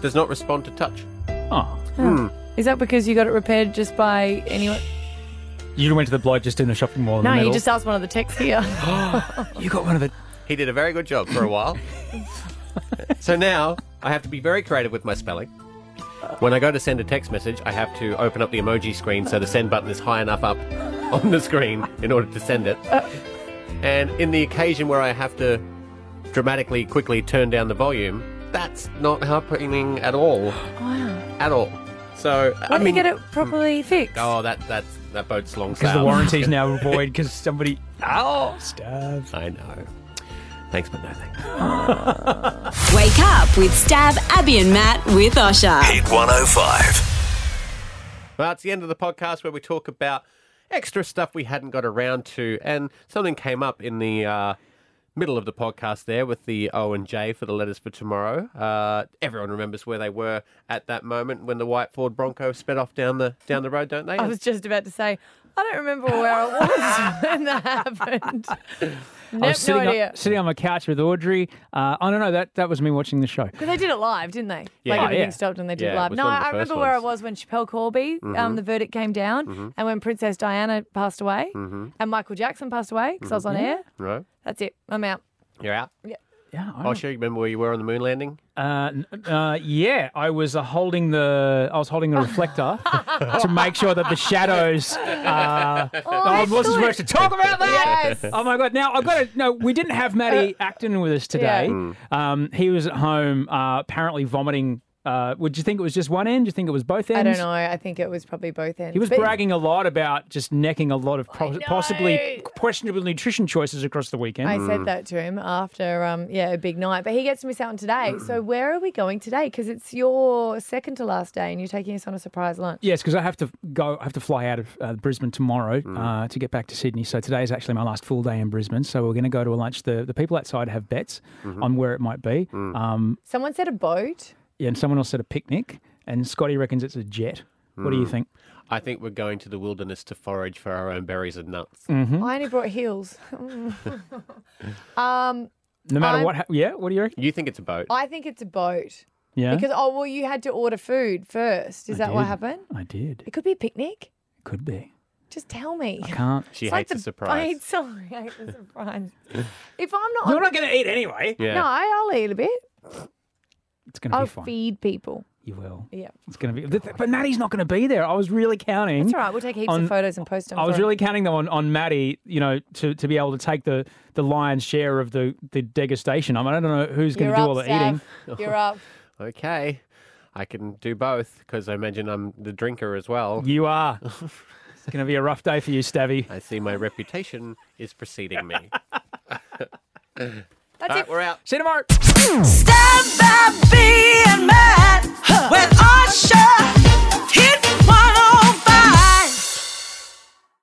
Speaker 3: does not respond to touch.
Speaker 5: Oh.
Speaker 3: Hmm.
Speaker 4: Is that because you got it repaired just by anyone?
Speaker 5: You went to the bloke just in the shopping mall. In
Speaker 4: No,
Speaker 5: the
Speaker 4: you
Speaker 5: middle.
Speaker 4: just asked one of the techs here.
Speaker 5: you got one of the.
Speaker 3: He did a very good job for a while. so now I have to be very creative with my spelling. When I go to send a text message, I have to open up the emoji screen so the send button is high enough up on the screen in order to send it. And in the occasion where I have to dramatically quickly turn down the volume, that's not happening at all.
Speaker 4: Wow.
Speaker 3: At all. So I
Speaker 4: When did you
Speaker 3: mean,
Speaker 4: get it properly fixed?
Speaker 3: oh, that that's that boat's long
Speaker 5: Because the
Speaker 3: sailed.
Speaker 5: warranty's now void because somebody. Oh, stab.
Speaker 3: I know. Thanks, but no thanks.
Speaker 9: Wake up with Stab, Abby, and Matt with Osha.
Speaker 3: Hit 105. Well, it's the end of the podcast where we talk about extra stuff we hadn't got around to, and something came up in the uh, middle of the podcast there with the O and J for the letters for tomorrow. Uh, everyone remembers where they were at that moment when the white Ford Bronco sped off down the down the road, don't they?
Speaker 4: I was just about to say, I don't remember where I was when that happened.
Speaker 5: I
Speaker 4: Nope,
Speaker 5: was
Speaker 4: no
Speaker 5: sitting,
Speaker 4: idea.
Speaker 5: on, sitting on my couch with Audrey. Uh, I don't know. That that was me watching the show.
Speaker 4: Because they did it live, didn't they?
Speaker 5: Yeah.
Speaker 4: like
Speaker 5: Oh,
Speaker 4: everything
Speaker 5: yeah.
Speaker 4: stopped and they did
Speaker 5: Yeah,
Speaker 4: it
Speaker 5: it
Speaker 4: live.
Speaker 5: was
Speaker 4: No,
Speaker 5: one of the
Speaker 4: I
Speaker 5: first
Speaker 4: remember where I
Speaker 5: ones. Mm-hmm.
Speaker 4: was when Chappelle Corby, um,
Speaker 5: Mhm.
Speaker 4: the verdict came down,
Speaker 3: Mhm.
Speaker 4: and when Princess Diana passed away,
Speaker 5: Mm-hmm.
Speaker 3: Mhm.
Speaker 4: and Michael Jackson passed away because I was on
Speaker 3: Mhm.
Speaker 4: air.
Speaker 3: Right,
Speaker 4: That's it. I'm out.
Speaker 3: you're out.
Speaker 4: Yeah.
Speaker 5: Yeah. I
Speaker 3: Oh, sure. You remember where you were on the moon landing?
Speaker 5: Uh, n- uh, yeah, I was uh, holding the I was holding the reflector to make sure that the shadows. Uh,
Speaker 21: Oh,
Speaker 5: oh, it wasn't supposed to
Speaker 21: excellent.
Speaker 5: talk about that.
Speaker 21: Yes.
Speaker 5: Oh my god! Now I've got to. No, we didn't have Matty
Speaker 4: Uh,
Speaker 5: Acton with us today.
Speaker 21: Yeah. Mm.
Speaker 5: Um, he was at home uh, apparently vomiting. Uh, would you think it was just one end? Do you think it was both ends?
Speaker 4: I don't know. I think it was probably both ends.
Speaker 5: He was
Speaker 4: But-
Speaker 5: bragging a lot about just necking a lot of pro- possibly questionable nutrition choices across the weekend.
Speaker 4: I said that to him after, um, yeah, a big night. But he gets to miss out on today. So where are we going today? Because it's your second to last day, and you're taking us on a surprise lunch.
Speaker 5: Yes, because I have to go. I have to fly out of uh, Brisbane tomorrow uh, to get back to Sydney. So today is actually my last full day in Brisbane. So we're going to go to a lunch. The the people outside have bets on where it might be. Um,
Speaker 4: Someone said a boat.
Speaker 5: yeah, and someone else said a picnic, and Scotty reckons it's a jet. What do you
Speaker 3: Mm.
Speaker 5: think?
Speaker 3: I think we're going to the wilderness to forage for our own berries and nuts.
Speaker 5: Mhm.
Speaker 4: I only brought heels. um, Oh.
Speaker 5: No matter
Speaker 4: I'm-
Speaker 5: what, ha- yeah. What do you reckon?
Speaker 3: You think it's a boat?
Speaker 4: I think it's a boat.
Speaker 5: Yeah.
Speaker 4: Because oh well, you had to order food first. Is
Speaker 5: I
Speaker 4: that what
Speaker 5: did.
Speaker 4: happened?
Speaker 5: I did.
Speaker 4: It could be a picnic.
Speaker 5: Could be.
Speaker 4: Just tell me.
Speaker 5: I can't. She
Speaker 4: It's like
Speaker 5: hates a
Speaker 4: the- I
Speaker 5: surprise.
Speaker 4: hate, sorry, I hate the surprise. if I'm not,
Speaker 5: You're
Speaker 4: on
Speaker 5: not
Speaker 4: the-
Speaker 5: gonna eat anyway. Yeah.
Speaker 4: No, I'll eat a bit.
Speaker 5: It's going to
Speaker 4: I'll
Speaker 5: be fine.
Speaker 4: feed people.
Speaker 5: You will.
Speaker 4: Yeah.
Speaker 5: It's going to be. th- th- But Maddie's not going to be there. I was really counting.
Speaker 4: That's all right. We'll take heaps
Speaker 5: on-
Speaker 4: of photos and post them.
Speaker 5: I was
Speaker 4: for it.
Speaker 5: really counting though on, on Maddie, you know, to, to be able to take the, the lion's share of the, the degustation. I, mean, I don't know who's going
Speaker 4: You're
Speaker 5: to do
Speaker 4: up,
Speaker 5: all the
Speaker 4: Steph.
Speaker 5: eating.
Speaker 4: You're up.
Speaker 3: Okay. I can do both because I imagine I'm the drinker as well.
Speaker 5: You are. it's going to be a rough day for you, Stabby.
Speaker 3: I see my reputation is preceding me.
Speaker 4: That's
Speaker 3: it. We're out.
Speaker 5: See you tomorrow.
Speaker 21: Stand by, be and mad with Usher.
Speaker 5: oh